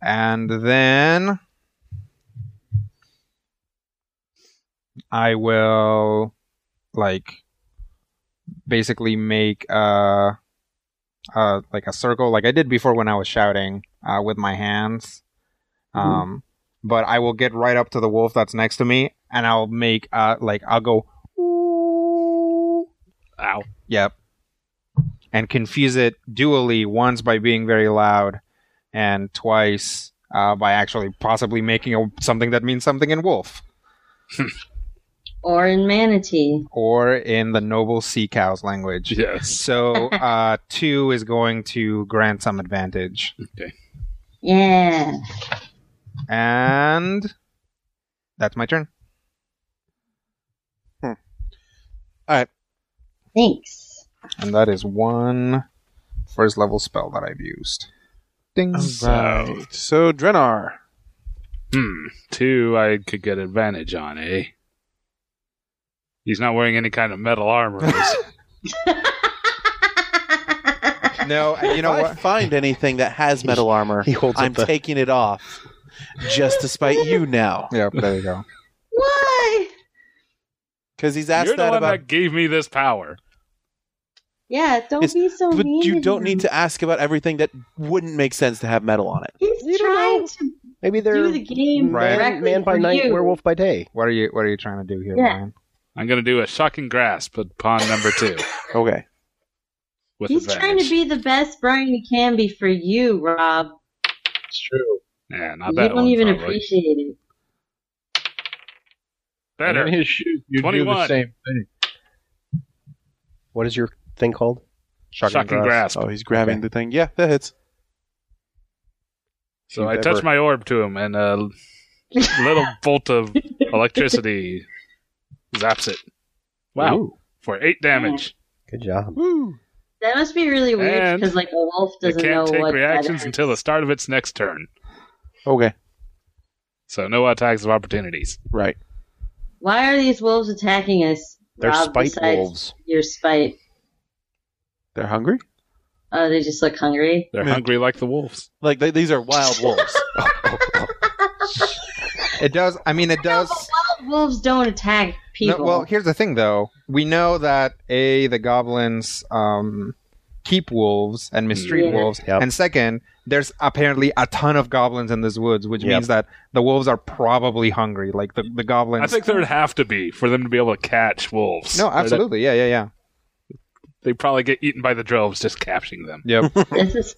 [SPEAKER 4] and then I will like basically make a, a like a circle, like I did before when I was shouting uh, with my hands. Um, but I will get right up to the wolf that's next to me, and I'll make uh like I'll go. Ow. Yep. And confuse it dually once by being very loud, and twice uh, by actually possibly making a, something that means something in wolf
[SPEAKER 2] Or in manatee.
[SPEAKER 4] or in the noble sea cow's language.
[SPEAKER 5] Yes.
[SPEAKER 4] So uh, two is going to grant some advantage.
[SPEAKER 5] Okay.
[SPEAKER 2] Yeah.
[SPEAKER 4] And that's my turn.
[SPEAKER 2] Thanks.
[SPEAKER 4] And that is one first level spell that I've used. Ding.
[SPEAKER 3] Right. So, Drenar.
[SPEAKER 5] Hmm. Two, I could get advantage on, eh? He's not wearing any kind of metal armor. is he?
[SPEAKER 4] No, and you know
[SPEAKER 3] if I
[SPEAKER 4] what?
[SPEAKER 3] find anything that has metal armor,
[SPEAKER 1] He holds
[SPEAKER 3] I'm
[SPEAKER 1] up the.
[SPEAKER 3] taking it off just to spite you now.
[SPEAKER 4] Yeah, there you go.
[SPEAKER 2] Why?
[SPEAKER 3] Because he's asked
[SPEAKER 5] You're the
[SPEAKER 3] that
[SPEAKER 5] one
[SPEAKER 3] about.
[SPEAKER 5] that gave me this power.
[SPEAKER 2] Yeah, don't
[SPEAKER 3] It's-
[SPEAKER 2] be so
[SPEAKER 6] Oh,
[SPEAKER 3] But
[SPEAKER 2] mean.
[SPEAKER 3] you don't need to ask about everything that wouldn't make sense to have metal on it.
[SPEAKER 2] He's trying to
[SPEAKER 1] Maybe they're
[SPEAKER 2] do the game
[SPEAKER 4] Right.
[SPEAKER 1] man,
[SPEAKER 2] directly
[SPEAKER 1] man by
[SPEAKER 2] for
[SPEAKER 1] night,
[SPEAKER 2] you.
[SPEAKER 1] werewolf by day.
[SPEAKER 4] What are you what are you trying to do here,
[SPEAKER 2] Yeah.
[SPEAKER 4] Brian?
[SPEAKER 5] I'm gonna do a shocking grasp at pawn number two
[SPEAKER 3] Okay.
[SPEAKER 5] with
[SPEAKER 2] He's trying
[SPEAKER 5] advantage.
[SPEAKER 2] to be the best Brian he can be for you, Rob.
[SPEAKER 6] It's true.
[SPEAKER 5] Yeah, not
[SPEAKER 2] You
[SPEAKER 5] that
[SPEAKER 2] don't
[SPEAKER 5] one,
[SPEAKER 2] even
[SPEAKER 5] probably.
[SPEAKER 2] appreciate it.
[SPEAKER 5] Better.
[SPEAKER 6] In his shoes, you do the
[SPEAKER 5] 21.
[SPEAKER 6] same thing.
[SPEAKER 1] What is your thing called?
[SPEAKER 5] Shocking, grasp.
[SPEAKER 3] Oh, he's grabbing the thing. Yeah, that hits.
[SPEAKER 5] So I touch my orb to him, and a little bolt of electricity zaps it. Wow.
[SPEAKER 1] Ooh,
[SPEAKER 5] For eight damage.
[SPEAKER 1] good job.
[SPEAKER 3] Woo.
[SPEAKER 2] That must be really weird
[SPEAKER 5] And
[SPEAKER 2] because, like, a wolf
[SPEAKER 5] It
[SPEAKER 2] doesn't
[SPEAKER 5] can't
[SPEAKER 2] know
[SPEAKER 5] take
[SPEAKER 2] what that
[SPEAKER 5] reactions
[SPEAKER 2] is.
[SPEAKER 5] until the start of its next turn.
[SPEAKER 3] Okay.
[SPEAKER 5] So no attacks of opportunities.
[SPEAKER 3] Right.
[SPEAKER 2] Why are these wolves attacking us?
[SPEAKER 1] They're
[SPEAKER 2] Rob,
[SPEAKER 1] spite
[SPEAKER 2] besides
[SPEAKER 1] wolves.
[SPEAKER 2] Your spite.
[SPEAKER 3] They're hungry?
[SPEAKER 2] Oh, they just look hungry.
[SPEAKER 5] They're
[SPEAKER 3] Yeah.
[SPEAKER 5] hungry like the wolves.
[SPEAKER 3] Like, they, these are wild wolves.
[SPEAKER 4] It does I mean it does
[SPEAKER 2] Wild wolves don't attack
[SPEAKER 4] No,
[SPEAKER 2] people.
[SPEAKER 4] well here's the thing though. We know that A the goblins um keep wolves and mistreat
[SPEAKER 2] Yeah.
[SPEAKER 4] wolves.
[SPEAKER 1] Yep.
[SPEAKER 4] And second, there's apparently a ton of goblins in these woods, which
[SPEAKER 1] Yep.
[SPEAKER 4] means that the wolves are probably hungry. Like the, the goblins
[SPEAKER 5] I think there would have to be for them to be able to catch wolves.
[SPEAKER 4] No,
[SPEAKER 5] They'd-
[SPEAKER 4] absolutely. Yeah, yeah, yeah.
[SPEAKER 5] They probably get eaten by the droves just capturing them.
[SPEAKER 4] Yep.
[SPEAKER 2] this is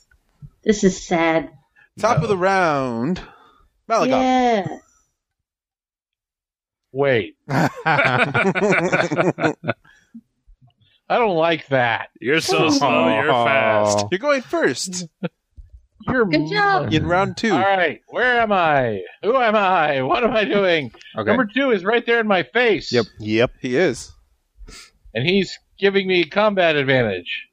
[SPEAKER 2] this is sad.
[SPEAKER 3] Top of the round. Malakoff.
[SPEAKER 2] Yeah.
[SPEAKER 6] Wait, I don't like that.
[SPEAKER 5] You're so slow, you're fast.
[SPEAKER 3] You're going first
[SPEAKER 6] You're
[SPEAKER 2] Good job.
[SPEAKER 6] Mm-hmm.
[SPEAKER 3] in round two.
[SPEAKER 6] All right, where am I? Who am I? What am I doing?
[SPEAKER 4] Okay.
[SPEAKER 6] Number two is right there in my face.
[SPEAKER 4] Yep.
[SPEAKER 1] Yep.
[SPEAKER 3] He is.
[SPEAKER 6] And he's giving me combat advantage.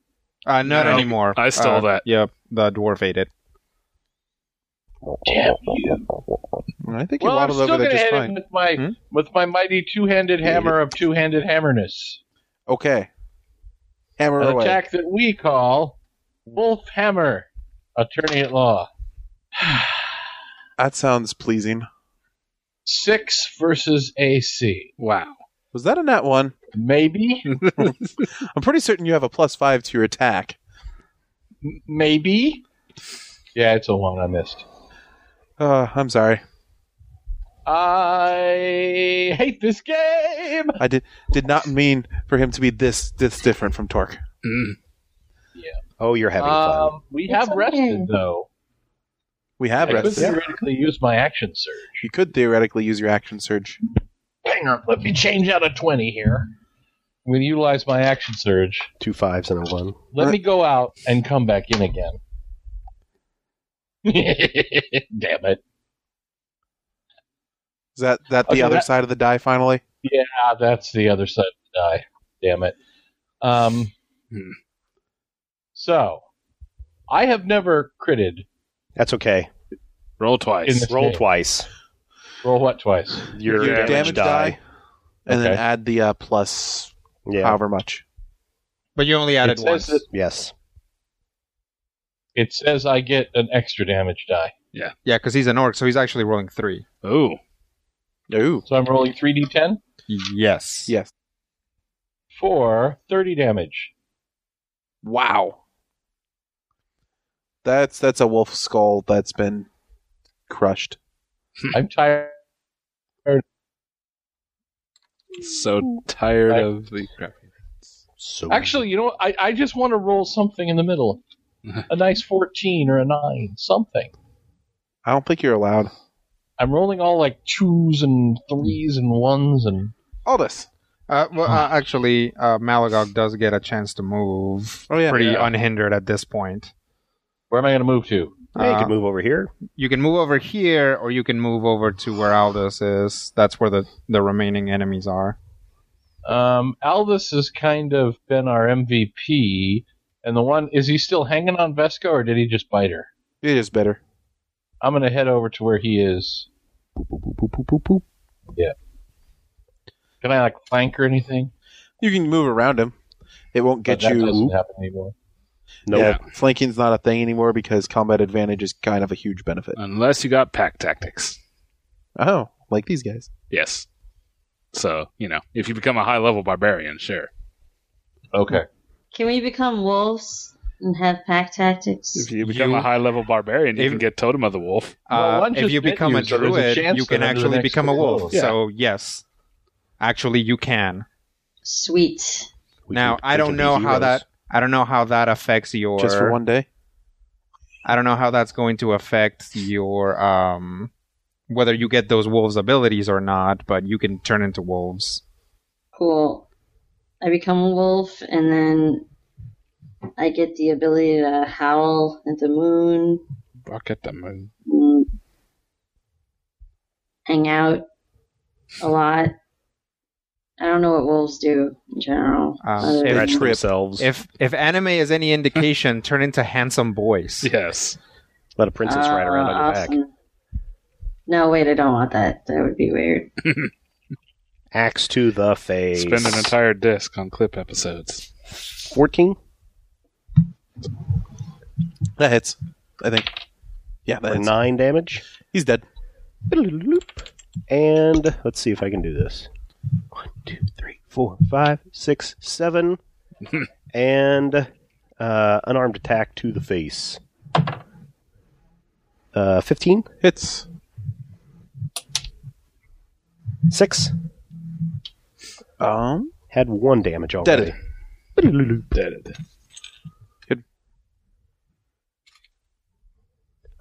[SPEAKER 4] Uh, not
[SPEAKER 5] No,
[SPEAKER 4] anymore.
[SPEAKER 5] I stole
[SPEAKER 4] Uh,
[SPEAKER 5] that.
[SPEAKER 4] Yep, the dwarf ate it.
[SPEAKER 6] Damn you.
[SPEAKER 3] I think he
[SPEAKER 6] Well, I'm
[SPEAKER 3] waddled
[SPEAKER 6] still
[SPEAKER 3] over
[SPEAKER 6] going
[SPEAKER 3] there
[SPEAKER 6] to
[SPEAKER 3] just
[SPEAKER 6] hit him
[SPEAKER 3] fine.
[SPEAKER 6] with my,
[SPEAKER 4] Hmm?
[SPEAKER 6] with my mighty two-handed hammer of two-handed hammerness.
[SPEAKER 3] Okay. Hammer
[SPEAKER 6] An
[SPEAKER 3] away.
[SPEAKER 6] attack that we call Wolf Hammer, attorney at law.
[SPEAKER 3] That sounds pleasing.
[SPEAKER 6] Six versus AC.
[SPEAKER 5] Wow.
[SPEAKER 3] Was that a nat one?
[SPEAKER 6] Maybe,
[SPEAKER 3] Hmm. I'm pretty certain you have a plus five to your attack.
[SPEAKER 6] m- maybe. Yeah, it's a one I missed.
[SPEAKER 3] Uh, I'm sorry.
[SPEAKER 6] I hate this game.
[SPEAKER 3] I did did not mean for him to be this this different from Torque.
[SPEAKER 5] Mm.
[SPEAKER 1] Oh, you're having fun.
[SPEAKER 6] Um, we have
[SPEAKER 2] It's okay.
[SPEAKER 6] rested though.
[SPEAKER 3] We have
[SPEAKER 6] I could
[SPEAKER 3] rested.
[SPEAKER 6] theoretically use my action surge.
[SPEAKER 3] You could theoretically use your action surge.
[SPEAKER 6] Hang on, let me change out a twenty here. I'm going to utilize my action surge.
[SPEAKER 1] Two fives and a one.
[SPEAKER 6] Let me go out and come back in again. Damn it.
[SPEAKER 3] Is that that the
[SPEAKER 6] Okay,
[SPEAKER 3] other
[SPEAKER 6] that-
[SPEAKER 3] side of the die finally?
[SPEAKER 6] Ah, that's the other side of the die. Damn it. Um,
[SPEAKER 5] Hmm.
[SPEAKER 6] So, I have never critted
[SPEAKER 1] That's okay.
[SPEAKER 5] Roll twice.
[SPEAKER 6] in this
[SPEAKER 1] Roll
[SPEAKER 6] game.
[SPEAKER 1] twice.
[SPEAKER 6] Roll what twice?
[SPEAKER 1] Your,
[SPEAKER 5] Your
[SPEAKER 1] damage,
[SPEAKER 3] Damage
[SPEAKER 1] die.
[SPEAKER 3] die, and then
[SPEAKER 6] Okay.
[SPEAKER 3] add the uh, plus
[SPEAKER 1] Yeah.
[SPEAKER 3] however much.
[SPEAKER 4] But you only
[SPEAKER 6] It
[SPEAKER 4] added
[SPEAKER 6] says,
[SPEAKER 4] once.
[SPEAKER 6] that,
[SPEAKER 1] Yes.
[SPEAKER 6] it says I get an extra damage die.
[SPEAKER 4] Yeah, because he's an orc, so he's actually rolling three.
[SPEAKER 5] Ooh.
[SPEAKER 3] Ooh,
[SPEAKER 6] So I'm rolling 3d10
[SPEAKER 4] Yes.
[SPEAKER 3] yes.
[SPEAKER 6] for 30 damage.
[SPEAKER 3] Wow. That's that's a wolf skull that's been crushed.
[SPEAKER 4] Hmm.
[SPEAKER 6] I'm tired.
[SPEAKER 5] So tired
[SPEAKER 6] I-
[SPEAKER 5] of the crap.
[SPEAKER 1] So
[SPEAKER 6] Actually, you know, what? I, I just want to roll something in the middle. a nice 14 or a 9, something.
[SPEAKER 3] I don't think you're allowed.
[SPEAKER 6] I'm rolling all like twos and threes and ones and
[SPEAKER 3] Aldous.
[SPEAKER 4] Uh, well, uh, actually, uh, Malagog does get a chance to move
[SPEAKER 3] Oh yeah.
[SPEAKER 4] pretty
[SPEAKER 6] Yeah.
[SPEAKER 4] unhindered at this point.
[SPEAKER 6] where am I going to move to?
[SPEAKER 1] Yeah, you
[SPEAKER 4] Uh,
[SPEAKER 1] can move over here.
[SPEAKER 4] you can move over here, or you can move over to where Aldous is. That's where the, the remaining enemies are.
[SPEAKER 6] Um, Aldous has kind of been our MVP, and the one is he still hanging on Vesco or did he just bite her?
[SPEAKER 3] It is better.
[SPEAKER 6] I'm gonna head over to where he is. Yeah. Can I like flank or anything?
[SPEAKER 3] You can move around him. It won't
[SPEAKER 6] But
[SPEAKER 3] get
[SPEAKER 6] that doesn't
[SPEAKER 3] you.
[SPEAKER 6] happen anymore.
[SPEAKER 1] No.
[SPEAKER 3] Yeah, flanking's not a thing anymore because combat advantage is kind of a huge benefit.
[SPEAKER 5] Unless you got pack tactics.
[SPEAKER 3] Oh, like these guys.
[SPEAKER 5] Yes. So, you know, if you become a high level barbarian, sure.
[SPEAKER 6] Okay.
[SPEAKER 2] Can we become wolves and have pack tactics?
[SPEAKER 5] If you become
[SPEAKER 4] You-
[SPEAKER 5] a high level barbarian, you
[SPEAKER 4] If-
[SPEAKER 5] can get Totem of the Wolf.
[SPEAKER 6] Well,
[SPEAKER 4] Uh,
[SPEAKER 6] one
[SPEAKER 4] if
[SPEAKER 6] just
[SPEAKER 4] you
[SPEAKER 6] bit
[SPEAKER 4] become
[SPEAKER 6] you,
[SPEAKER 4] a
[SPEAKER 6] so there's a
[SPEAKER 4] druid,
[SPEAKER 6] chance
[SPEAKER 4] you
[SPEAKER 6] that
[SPEAKER 4] can
[SPEAKER 6] under the
[SPEAKER 4] actually
[SPEAKER 6] next
[SPEAKER 4] become a
[SPEAKER 6] roll.
[SPEAKER 4] wolf.
[SPEAKER 6] Yeah.
[SPEAKER 4] So yes, actually you can.
[SPEAKER 2] Sweet.
[SPEAKER 1] We
[SPEAKER 4] now
[SPEAKER 1] can-
[SPEAKER 4] I
[SPEAKER 1] we
[SPEAKER 4] don't
[SPEAKER 1] can be
[SPEAKER 4] know how
[SPEAKER 1] heroes.
[SPEAKER 4] that I don't know how that affects your
[SPEAKER 3] Just for one day.
[SPEAKER 4] I don't know how that's going to affect your um whether you get those wolves abilities or not, but you can turn into wolves.
[SPEAKER 2] Cool. I become a wolf and then I get the ability to howl at the moon,
[SPEAKER 5] Rocket the moon.
[SPEAKER 2] and hang out a lot. I don't know what wolves do in general.
[SPEAKER 1] Ah,
[SPEAKER 4] Um,
[SPEAKER 2] other
[SPEAKER 4] if-
[SPEAKER 2] than-
[SPEAKER 1] Scratch themselves.
[SPEAKER 4] If if anime is any indication, turn into handsome boys.
[SPEAKER 5] Yes.
[SPEAKER 1] Let a princess ride around on your
[SPEAKER 2] Ah,
[SPEAKER 1] back.
[SPEAKER 2] awesome. No, wait, I don't want that. That would be weird.
[SPEAKER 1] Axe to the face.
[SPEAKER 5] Spend an entire disc on clip episodes.
[SPEAKER 1] 14?
[SPEAKER 3] That hits. I think. Yeah, that
[SPEAKER 1] Or
[SPEAKER 3] hits.
[SPEAKER 1] 9 damage?
[SPEAKER 3] He's dead.
[SPEAKER 1] And let's see if I can do this. One, two, three, four, five, six, seven. and uh, unarmed attack to the face. Uh, 15,
[SPEAKER 3] Hits.
[SPEAKER 1] 6.
[SPEAKER 3] Um.
[SPEAKER 1] Had 1 damage already.
[SPEAKER 3] Dead.
[SPEAKER 5] Dead.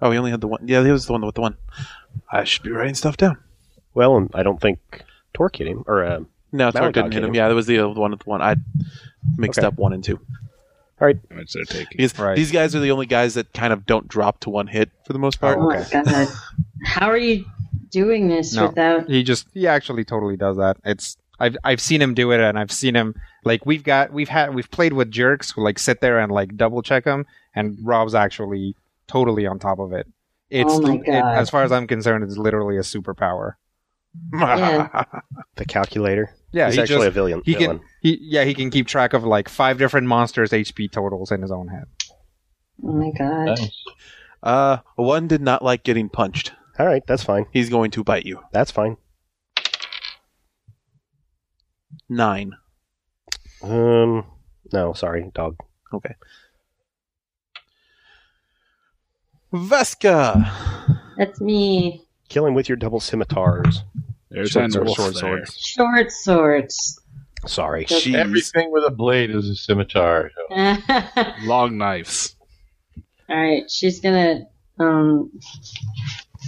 [SPEAKER 3] Oh, he only had the one. Yeah, he was the one with the one. I should be writing stuff down.
[SPEAKER 1] Well, and I don't think Torque hit him. Or, uh,
[SPEAKER 3] No,
[SPEAKER 1] Malachi
[SPEAKER 3] Torque didn't hit
[SPEAKER 1] hit
[SPEAKER 3] him.
[SPEAKER 1] him.
[SPEAKER 3] Yeah, that was the other one with the one. I mixed
[SPEAKER 1] Okay.
[SPEAKER 3] up one and two.
[SPEAKER 5] Damage they're taking.
[SPEAKER 3] Because
[SPEAKER 4] Right.
[SPEAKER 3] these guys are the only guys that kind of don't drop to one hit for the most part.
[SPEAKER 2] Oh my god. How are you doing this
[SPEAKER 4] No.
[SPEAKER 2] without
[SPEAKER 4] He just he actually totally does that. It's I've I've seen him do it and I've seen him like we've got we've had we've played with jerks who like sit there and like double check him and Rob's actually totally on top of it. It's
[SPEAKER 2] Oh my
[SPEAKER 4] it-
[SPEAKER 2] God.
[SPEAKER 4] as far as I'm concerned it's literally a superpower.
[SPEAKER 1] Oh.
[SPEAKER 2] Yeah.
[SPEAKER 1] the calculator.
[SPEAKER 4] Yeah,
[SPEAKER 1] He's
[SPEAKER 4] he
[SPEAKER 1] actually
[SPEAKER 4] just-
[SPEAKER 1] a villain.
[SPEAKER 4] he
[SPEAKER 1] villain.
[SPEAKER 4] can he yeah, he can keep track of like five different monsters HP totals in his own head.
[SPEAKER 2] Oh my god.
[SPEAKER 6] Nice.
[SPEAKER 3] Uh, one did not like getting punched.
[SPEAKER 1] All right, that's fine.
[SPEAKER 3] He's going to bite you.
[SPEAKER 1] That's fine.
[SPEAKER 3] Nine.
[SPEAKER 1] Um, no, sorry, dog.
[SPEAKER 3] Vesca.
[SPEAKER 2] That's me.
[SPEAKER 1] Kill him with your double scimitars.
[SPEAKER 5] There's
[SPEAKER 3] Sword,
[SPEAKER 5] an
[SPEAKER 3] sword,
[SPEAKER 5] wolf
[SPEAKER 3] sword,
[SPEAKER 5] there.
[SPEAKER 2] Short swords.
[SPEAKER 1] Sorry.
[SPEAKER 3] Jeez.
[SPEAKER 6] Everything with a blade is a scimitar.
[SPEAKER 2] All
[SPEAKER 5] Long knives.
[SPEAKER 2] right, she's gonna. Um,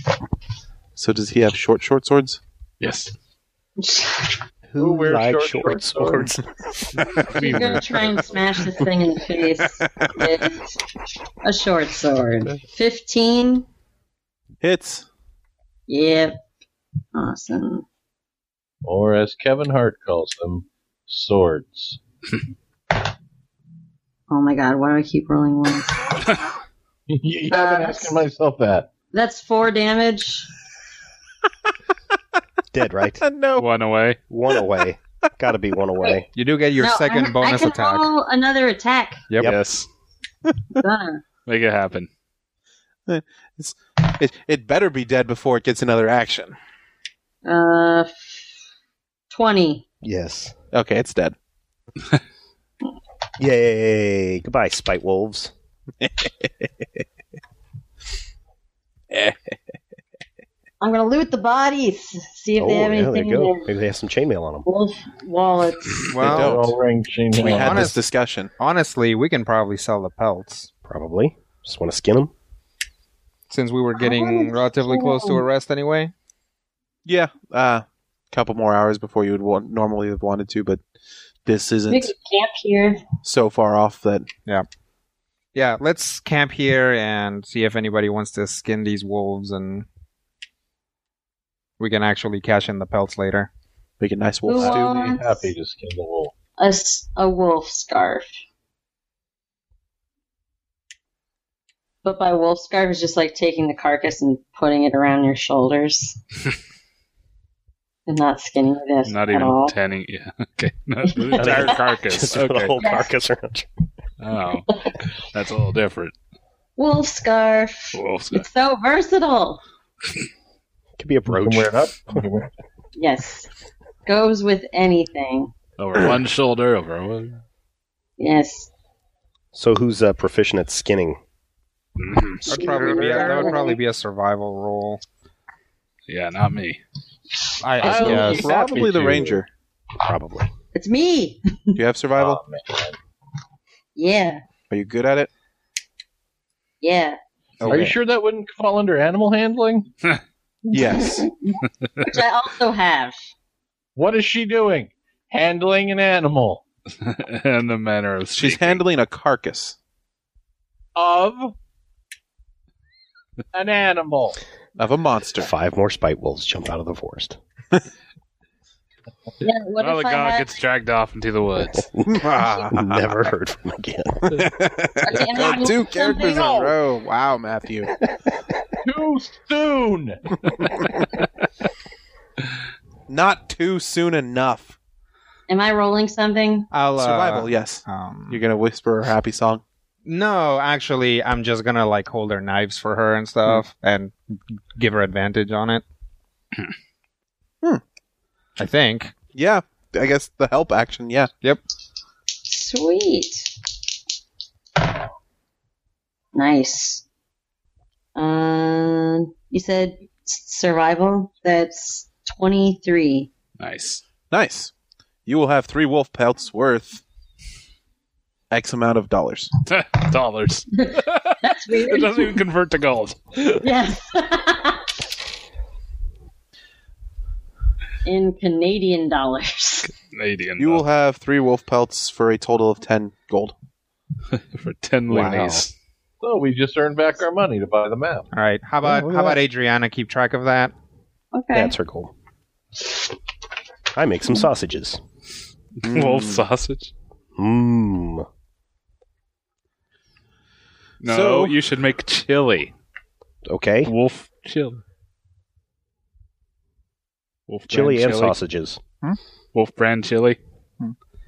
[SPEAKER 3] So does he have short short swords?
[SPEAKER 5] Yes.
[SPEAKER 1] who,
[SPEAKER 6] wears
[SPEAKER 1] likes short,
[SPEAKER 6] short, short
[SPEAKER 1] swords.
[SPEAKER 2] She's gonna try and smash this thing in the face with a short sword. Fifteen.
[SPEAKER 3] Hits.
[SPEAKER 2] Yep. Awesome.
[SPEAKER 6] or as Kevin Hart calls them, swords.
[SPEAKER 2] Oh my god, why do I keep rolling ones?
[SPEAKER 6] you you have been
[SPEAKER 2] Uh,
[SPEAKER 6] asking myself that.
[SPEAKER 2] That's four damage.
[SPEAKER 1] Dead, right?
[SPEAKER 3] no.
[SPEAKER 5] One away.
[SPEAKER 1] One away. Gotta be one away.
[SPEAKER 4] You do get your
[SPEAKER 2] No,
[SPEAKER 4] second
[SPEAKER 2] I,
[SPEAKER 4] bonus
[SPEAKER 2] I can
[SPEAKER 4] attack.
[SPEAKER 2] roll another attack.
[SPEAKER 4] Yep.
[SPEAKER 5] Yes.
[SPEAKER 2] Gonna.
[SPEAKER 5] Make it happen.
[SPEAKER 3] It, it better be dead before it gets another action.
[SPEAKER 2] Uh, twenty.
[SPEAKER 1] Yes.
[SPEAKER 3] Okay, it's dead.
[SPEAKER 1] Yay. Goodbye, spite wolves.
[SPEAKER 2] I'm gonna loot the bodies. See if
[SPEAKER 1] Oh,
[SPEAKER 2] they have
[SPEAKER 1] yeah, there
[SPEAKER 2] anything
[SPEAKER 1] you
[SPEAKER 2] in
[SPEAKER 1] go.
[SPEAKER 2] their
[SPEAKER 1] Maybe they have some chainmail on them.
[SPEAKER 2] wolf wallets.
[SPEAKER 3] They
[SPEAKER 4] Well,
[SPEAKER 3] don't.
[SPEAKER 6] They're all wearing chain
[SPEAKER 3] We
[SPEAKER 6] mail.
[SPEAKER 3] had this
[SPEAKER 4] honest-
[SPEAKER 3] discussion.
[SPEAKER 4] honestly, we can probably sell the pelts
[SPEAKER 1] Probably. Just want to skin them.
[SPEAKER 4] since we were getting
[SPEAKER 2] Oh,
[SPEAKER 4] relatively close to
[SPEAKER 2] cool.
[SPEAKER 4] arrest anyway.
[SPEAKER 3] Yeah, a uh, couple more hours before you would want, normally have wanted to, but this
[SPEAKER 2] We
[SPEAKER 3] isn't
[SPEAKER 2] could camp here.
[SPEAKER 3] so far off that
[SPEAKER 4] Yeah, let's camp here and see if anybody wants to skin these wolves and we can actually cash in the pelts later.
[SPEAKER 3] we get nice
[SPEAKER 2] Who
[SPEAKER 3] wolf stew.
[SPEAKER 6] I'd be
[SPEAKER 2] wants
[SPEAKER 6] happy to skin the wool.
[SPEAKER 2] a s- a wolf scarf? But by wolf scarf is just like taking the carcass and putting it around your shoulders, and not skinning it
[SPEAKER 5] Not
[SPEAKER 2] at
[SPEAKER 5] even
[SPEAKER 2] all.
[SPEAKER 5] tanning. Yeah. Okay. Not the entire carcass.
[SPEAKER 1] Just put a
[SPEAKER 5] Okay.
[SPEAKER 1] whole carcass around you.
[SPEAKER 5] Oh, that's a little different.
[SPEAKER 2] wolf scarf.
[SPEAKER 5] Well, so-
[SPEAKER 2] It's so versatile.
[SPEAKER 1] Could be a
[SPEAKER 6] You
[SPEAKER 1] brooch.
[SPEAKER 6] can wear it up. you can wear-
[SPEAKER 2] Yes, goes with anything.
[SPEAKER 5] over one shoulder, over one.
[SPEAKER 2] Yes.
[SPEAKER 1] So who's uh, proficient at skinning?
[SPEAKER 5] Mhm.
[SPEAKER 4] That'd probably be a, that would probably be a survival roll.
[SPEAKER 5] Yeah, not me.
[SPEAKER 4] I,
[SPEAKER 6] I would
[SPEAKER 4] guess.
[SPEAKER 6] be happy
[SPEAKER 3] Probably the
[SPEAKER 6] to.
[SPEAKER 3] ranger.
[SPEAKER 1] Probably.
[SPEAKER 2] It's me.
[SPEAKER 3] Do you have survival?
[SPEAKER 6] Oh, man.
[SPEAKER 2] Yeah.
[SPEAKER 3] Are you good at it?
[SPEAKER 2] Yeah.
[SPEAKER 6] Are you
[SPEAKER 3] Okay.
[SPEAKER 6] sure that wouldn't fall under animal handling?
[SPEAKER 3] Yes.
[SPEAKER 2] Which I also have.
[SPEAKER 6] What is she doing? Handling an animal
[SPEAKER 5] and the manner of
[SPEAKER 3] She's
[SPEAKER 5] speaking.
[SPEAKER 3] handling a carcass.
[SPEAKER 6] of an animal.
[SPEAKER 3] of a monster.
[SPEAKER 1] Five more spite wolves jump out of the forest.
[SPEAKER 2] Yeah, what
[SPEAKER 5] well,
[SPEAKER 2] if
[SPEAKER 5] the
[SPEAKER 2] I
[SPEAKER 5] god
[SPEAKER 2] had
[SPEAKER 5] gets dragged off into the woods.
[SPEAKER 1] Never heard from again.
[SPEAKER 2] Okay, and then
[SPEAKER 3] Two
[SPEAKER 2] we'll-
[SPEAKER 3] characters in a
[SPEAKER 6] No.
[SPEAKER 3] row. Oh, Wow, Matthew.
[SPEAKER 6] Too soon.
[SPEAKER 3] Not too soon enough.
[SPEAKER 2] Am I rolling something?
[SPEAKER 4] I'll, uh,
[SPEAKER 3] Survival, yes.
[SPEAKER 4] Um,
[SPEAKER 3] You're gonna whisper her happy song.
[SPEAKER 4] no, actually, I'm just gonna like hold her knives for her and stuff, and give her advantage on it.
[SPEAKER 3] Hmm.
[SPEAKER 4] I think.
[SPEAKER 3] Yeah, I guess the help action. Yeah,
[SPEAKER 2] Sweet. Nice. Um, you said s- survival. That's twenty-three.
[SPEAKER 5] nice.
[SPEAKER 3] nice. You will have three wolf pelts worth x amount of dollars.
[SPEAKER 5] Dollars.
[SPEAKER 2] That's
[SPEAKER 5] It
[SPEAKER 2] weird.
[SPEAKER 5] doesn't even convert to gold.
[SPEAKER 2] yes. In Canadian dollars.
[SPEAKER 5] Canadian.
[SPEAKER 3] You will
[SPEAKER 5] though,
[SPEAKER 3] have three wolf pelts for a total of ten gold.
[SPEAKER 5] for ten
[SPEAKER 4] Wow.
[SPEAKER 5] loonies.
[SPEAKER 6] So we just earned back our money to buy the map.
[SPEAKER 4] All right. How about
[SPEAKER 1] look at
[SPEAKER 4] how about Adriana keep track of that?
[SPEAKER 2] Okay.
[SPEAKER 1] That's her goal. I make some sausages.
[SPEAKER 5] Wolf sausage.
[SPEAKER 1] Mmm.
[SPEAKER 5] No,
[SPEAKER 3] So-
[SPEAKER 5] you should make chili.
[SPEAKER 1] Okay.
[SPEAKER 5] Wolf chili. Wolf
[SPEAKER 1] Chili
[SPEAKER 5] brand
[SPEAKER 1] and sausages.
[SPEAKER 5] Wolf brand chili.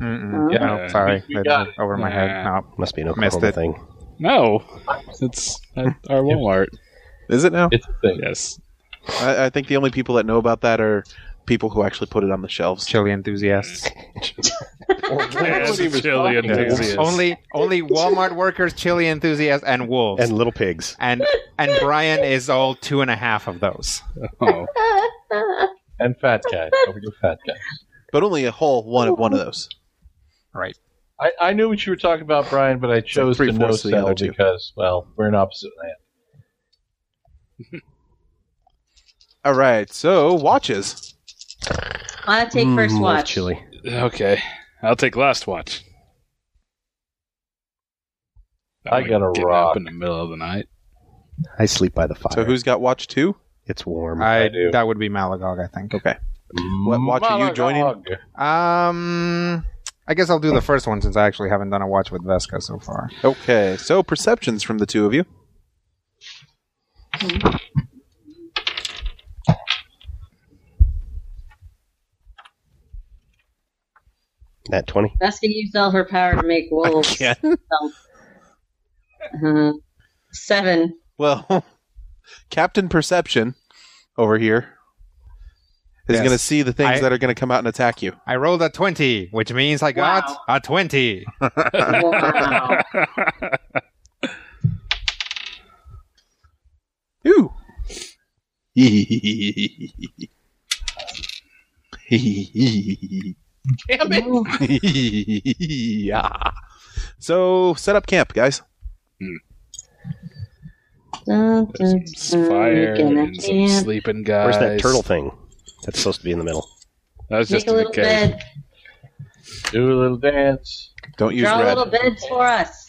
[SPEAKER 4] Mm-mm.
[SPEAKER 5] Yeah.
[SPEAKER 4] No, sorry,
[SPEAKER 6] We
[SPEAKER 4] That
[SPEAKER 6] got
[SPEAKER 4] went over my head.
[SPEAKER 5] Nah.
[SPEAKER 4] No.
[SPEAKER 1] Must be an
[SPEAKER 4] Missed
[SPEAKER 1] Oklahoma
[SPEAKER 4] it.
[SPEAKER 1] thing.
[SPEAKER 5] No, it's at our Walmart.
[SPEAKER 3] Is it now?
[SPEAKER 6] It's a thing.
[SPEAKER 5] yes.
[SPEAKER 3] I, I think the only people that know about that are people who actually put it on the shelves.
[SPEAKER 4] Chili enthusiasts.
[SPEAKER 5] Yes,
[SPEAKER 6] he
[SPEAKER 5] chili
[SPEAKER 6] was talking about.
[SPEAKER 5] enthusiast.
[SPEAKER 4] Only only Walmart workers, chili enthusiasts, and wolves.
[SPEAKER 1] And little pigs.
[SPEAKER 4] and and Brian is all two and a half of those.
[SPEAKER 5] Oh.
[SPEAKER 6] And fat guy. Don't forget fat guy.
[SPEAKER 3] But only a whole one of one of those.
[SPEAKER 6] I, I knew what you were talking about, Brian, but I chose to no
[SPEAKER 3] three-fourths of the
[SPEAKER 6] sell
[SPEAKER 3] other two.
[SPEAKER 6] because, well, we're an opposite land.
[SPEAKER 3] All right. So watches.
[SPEAKER 2] I'll take first
[SPEAKER 1] Mm, that's
[SPEAKER 2] watch.
[SPEAKER 1] Chilly.
[SPEAKER 5] Okay, I'll take last watch.
[SPEAKER 6] I
[SPEAKER 5] I'm
[SPEAKER 6] got a
[SPEAKER 5] getting
[SPEAKER 6] rock.
[SPEAKER 5] up in the middle of the night.
[SPEAKER 1] I sleep by the fire.
[SPEAKER 3] So who's got watch two?
[SPEAKER 1] It's warm.
[SPEAKER 4] I,
[SPEAKER 6] do.
[SPEAKER 4] that would be Malagog, I think.
[SPEAKER 3] Okay. What watch are you joining?
[SPEAKER 6] Monologue.
[SPEAKER 4] Um, I guess I'll do the first one since I actually haven't done a watch with Vesca so far.
[SPEAKER 3] Okay. So perceptions from the two of you.
[SPEAKER 1] At 20.
[SPEAKER 2] Vesca used all her power to make wolves.
[SPEAKER 1] Yeah.
[SPEAKER 2] Uh, seven.
[SPEAKER 3] Well, Captain Perception over here is
[SPEAKER 4] Yes.
[SPEAKER 3] going to see the things
[SPEAKER 4] I-
[SPEAKER 3] that are going to come out and attack you.
[SPEAKER 4] I rolled a 20, which means I got
[SPEAKER 2] Wow.
[SPEAKER 4] a 20.
[SPEAKER 2] Wow.
[SPEAKER 3] Ooh.
[SPEAKER 6] Damn it!
[SPEAKER 3] yeah. So set up camp, guys.
[SPEAKER 2] Dun,
[SPEAKER 5] There's
[SPEAKER 2] dun,
[SPEAKER 5] some
[SPEAKER 2] dun,
[SPEAKER 5] fire
[SPEAKER 2] making a
[SPEAKER 5] and some
[SPEAKER 2] camp.
[SPEAKER 5] sleeping guys.
[SPEAKER 1] Where's that turtle thing that's supposed to be in the middle?
[SPEAKER 5] That was just
[SPEAKER 2] Make a
[SPEAKER 5] in
[SPEAKER 2] little
[SPEAKER 5] the cave.
[SPEAKER 2] bed.
[SPEAKER 6] Do a little dance.
[SPEAKER 3] Don't use
[SPEAKER 2] Draw
[SPEAKER 3] red.
[SPEAKER 2] little beds for us.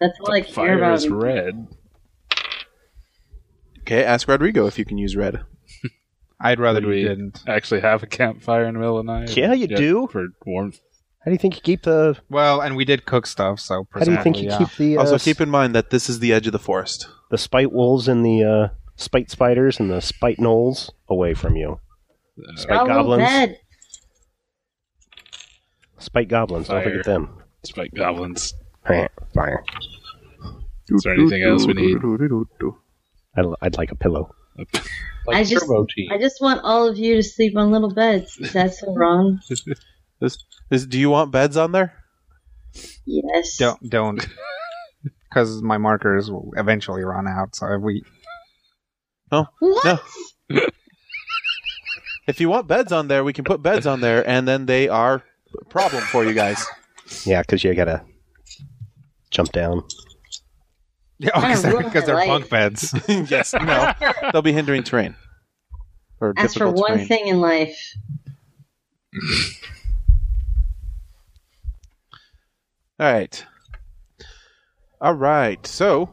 [SPEAKER 2] That's all I care
[SPEAKER 5] Fire
[SPEAKER 2] about.
[SPEAKER 5] is red.
[SPEAKER 3] Okay, ask Rodrigo if you can use red.
[SPEAKER 4] I'd rather
[SPEAKER 5] Would
[SPEAKER 4] we
[SPEAKER 5] we-
[SPEAKER 4] didn't.
[SPEAKER 5] Actually, have a campfire in the middle of the night.
[SPEAKER 1] Yeah, you
[SPEAKER 5] Just
[SPEAKER 1] do.
[SPEAKER 5] for warmth.
[SPEAKER 1] How do you think you keep the?
[SPEAKER 4] Well, and we did cook stuff, so
[SPEAKER 1] How do you think you
[SPEAKER 4] presumably,
[SPEAKER 1] keep the? Uh,
[SPEAKER 3] Also,
[SPEAKER 1] s-
[SPEAKER 3] keep in mind that this is the edge of the forest.
[SPEAKER 1] the spite wolves and the uh, spite spiders and the spite gnolls away from you.
[SPEAKER 2] Draw
[SPEAKER 1] Spite
[SPEAKER 2] a little
[SPEAKER 1] goblins.
[SPEAKER 2] bed.
[SPEAKER 1] Spite goblins. Don't
[SPEAKER 5] Fire.
[SPEAKER 1] forget them.
[SPEAKER 5] Spike goblins.
[SPEAKER 1] Fire.
[SPEAKER 5] Is there anything else we need?
[SPEAKER 1] I'd, I'd like a pillow.
[SPEAKER 6] Like
[SPEAKER 2] I just-
[SPEAKER 6] turbo tea.
[SPEAKER 2] I just want all of you to sleep on little beds. Is that so wrong?
[SPEAKER 3] Is, do you want beds on there?
[SPEAKER 2] Yes.
[SPEAKER 4] yeah. don't don't because my markers will eventually run out. So if we
[SPEAKER 2] What?
[SPEAKER 3] No. If you want beds on there, we can put beds on there, and then they are a problem for you guys.
[SPEAKER 1] Yeah, because you gotta jump down.
[SPEAKER 4] yeah,
[SPEAKER 2] I ruined
[SPEAKER 4] because
[SPEAKER 2] my
[SPEAKER 4] they're
[SPEAKER 2] life.
[SPEAKER 4] bunk beds.
[SPEAKER 3] yes, no, they'll be hindering terrain or
[SPEAKER 2] Ask for
[SPEAKER 3] difficult
[SPEAKER 2] one
[SPEAKER 3] terrain.
[SPEAKER 2] thing in life.
[SPEAKER 3] All right. All right. So,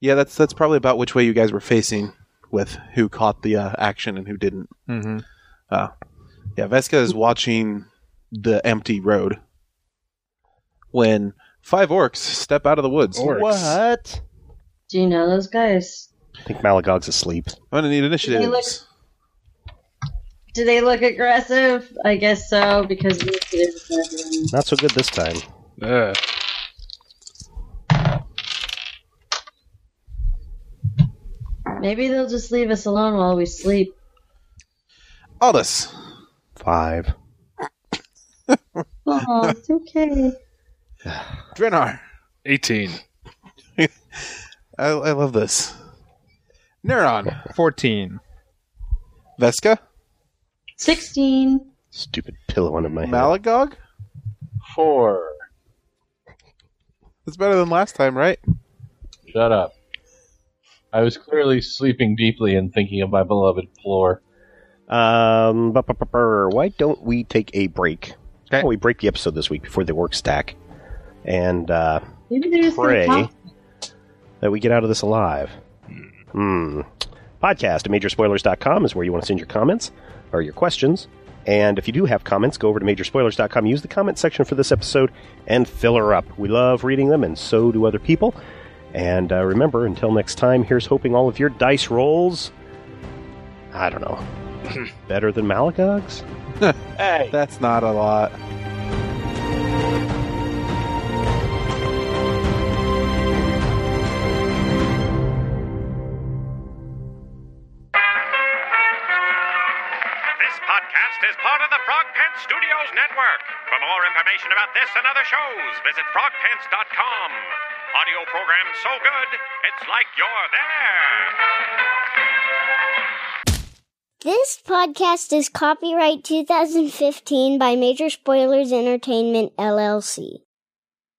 [SPEAKER 3] yeah, that's that's probably about which way you guys were facing with who caught the uh, action and who didn't. Uh,
[SPEAKER 4] mm-hmm.
[SPEAKER 3] Yeah, Vesca is watching the empty road when five orcs step out of the woods.
[SPEAKER 5] Orcs.
[SPEAKER 1] What?
[SPEAKER 2] Do you know those guys?
[SPEAKER 1] I think Malagog's asleep.
[SPEAKER 3] I'm gonna need initiatives.
[SPEAKER 2] look- Do they look aggressive? I guess so because the initiative is
[SPEAKER 1] Not so good this time.
[SPEAKER 5] Uh,
[SPEAKER 2] not- Maybe they'll just leave us alone while we sleep.
[SPEAKER 3] Aldous.
[SPEAKER 1] Five.
[SPEAKER 2] Oh, it's okay.
[SPEAKER 3] Drenar.
[SPEAKER 5] 18.
[SPEAKER 3] I, I love this. Neuron.
[SPEAKER 4] Fourteen.
[SPEAKER 3] Vesca.
[SPEAKER 2] Sixteen.
[SPEAKER 1] Stupid pillow under my head.
[SPEAKER 3] Malagog.
[SPEAKER 6] Four.
[SPEAKER 3] That's better than last time, right?
[SPEAKER 6] Shut up. I was clearly sleeping deeply and thinking of my beloved Plore.
[SPEAKER 1] Um, bu- bu- bu- brr. why don't we take a break? Why
[SPEAKER 4] Okay.
[SPEAKER 1] don't we break the episode this week before the work stack, and uh,
[SPEAKER 2] Maybe they're just
[SPEAKER 1] Pray.
[SPEAKER 2] gonna talk.
[SPEAKER 1] that we get out of this alive. Hmm. Podcast at majorspoilers.com is where you want to send your comments or your questions. And if you do have comments, go over to majorspoilers.com, use the comment section for this episode, and fill her up. We love reading them, and so do other people. And uh, remember, until next time, here's hoping all of your dice rolls, I don't know, better than Malagog's?
[SPEAKER 6] Hey.
[SPEAKER 3] That's not a lot.
[SPEAKER 8] This podcast is part of the Frog Pants Studios Network. For more information about this and other shows, visit frogpants.com. Audio program so good, it's like you're there.
[SPEAKER 9] This podcast is copyright 2015 by Major Spoilers Entertainment, LLC.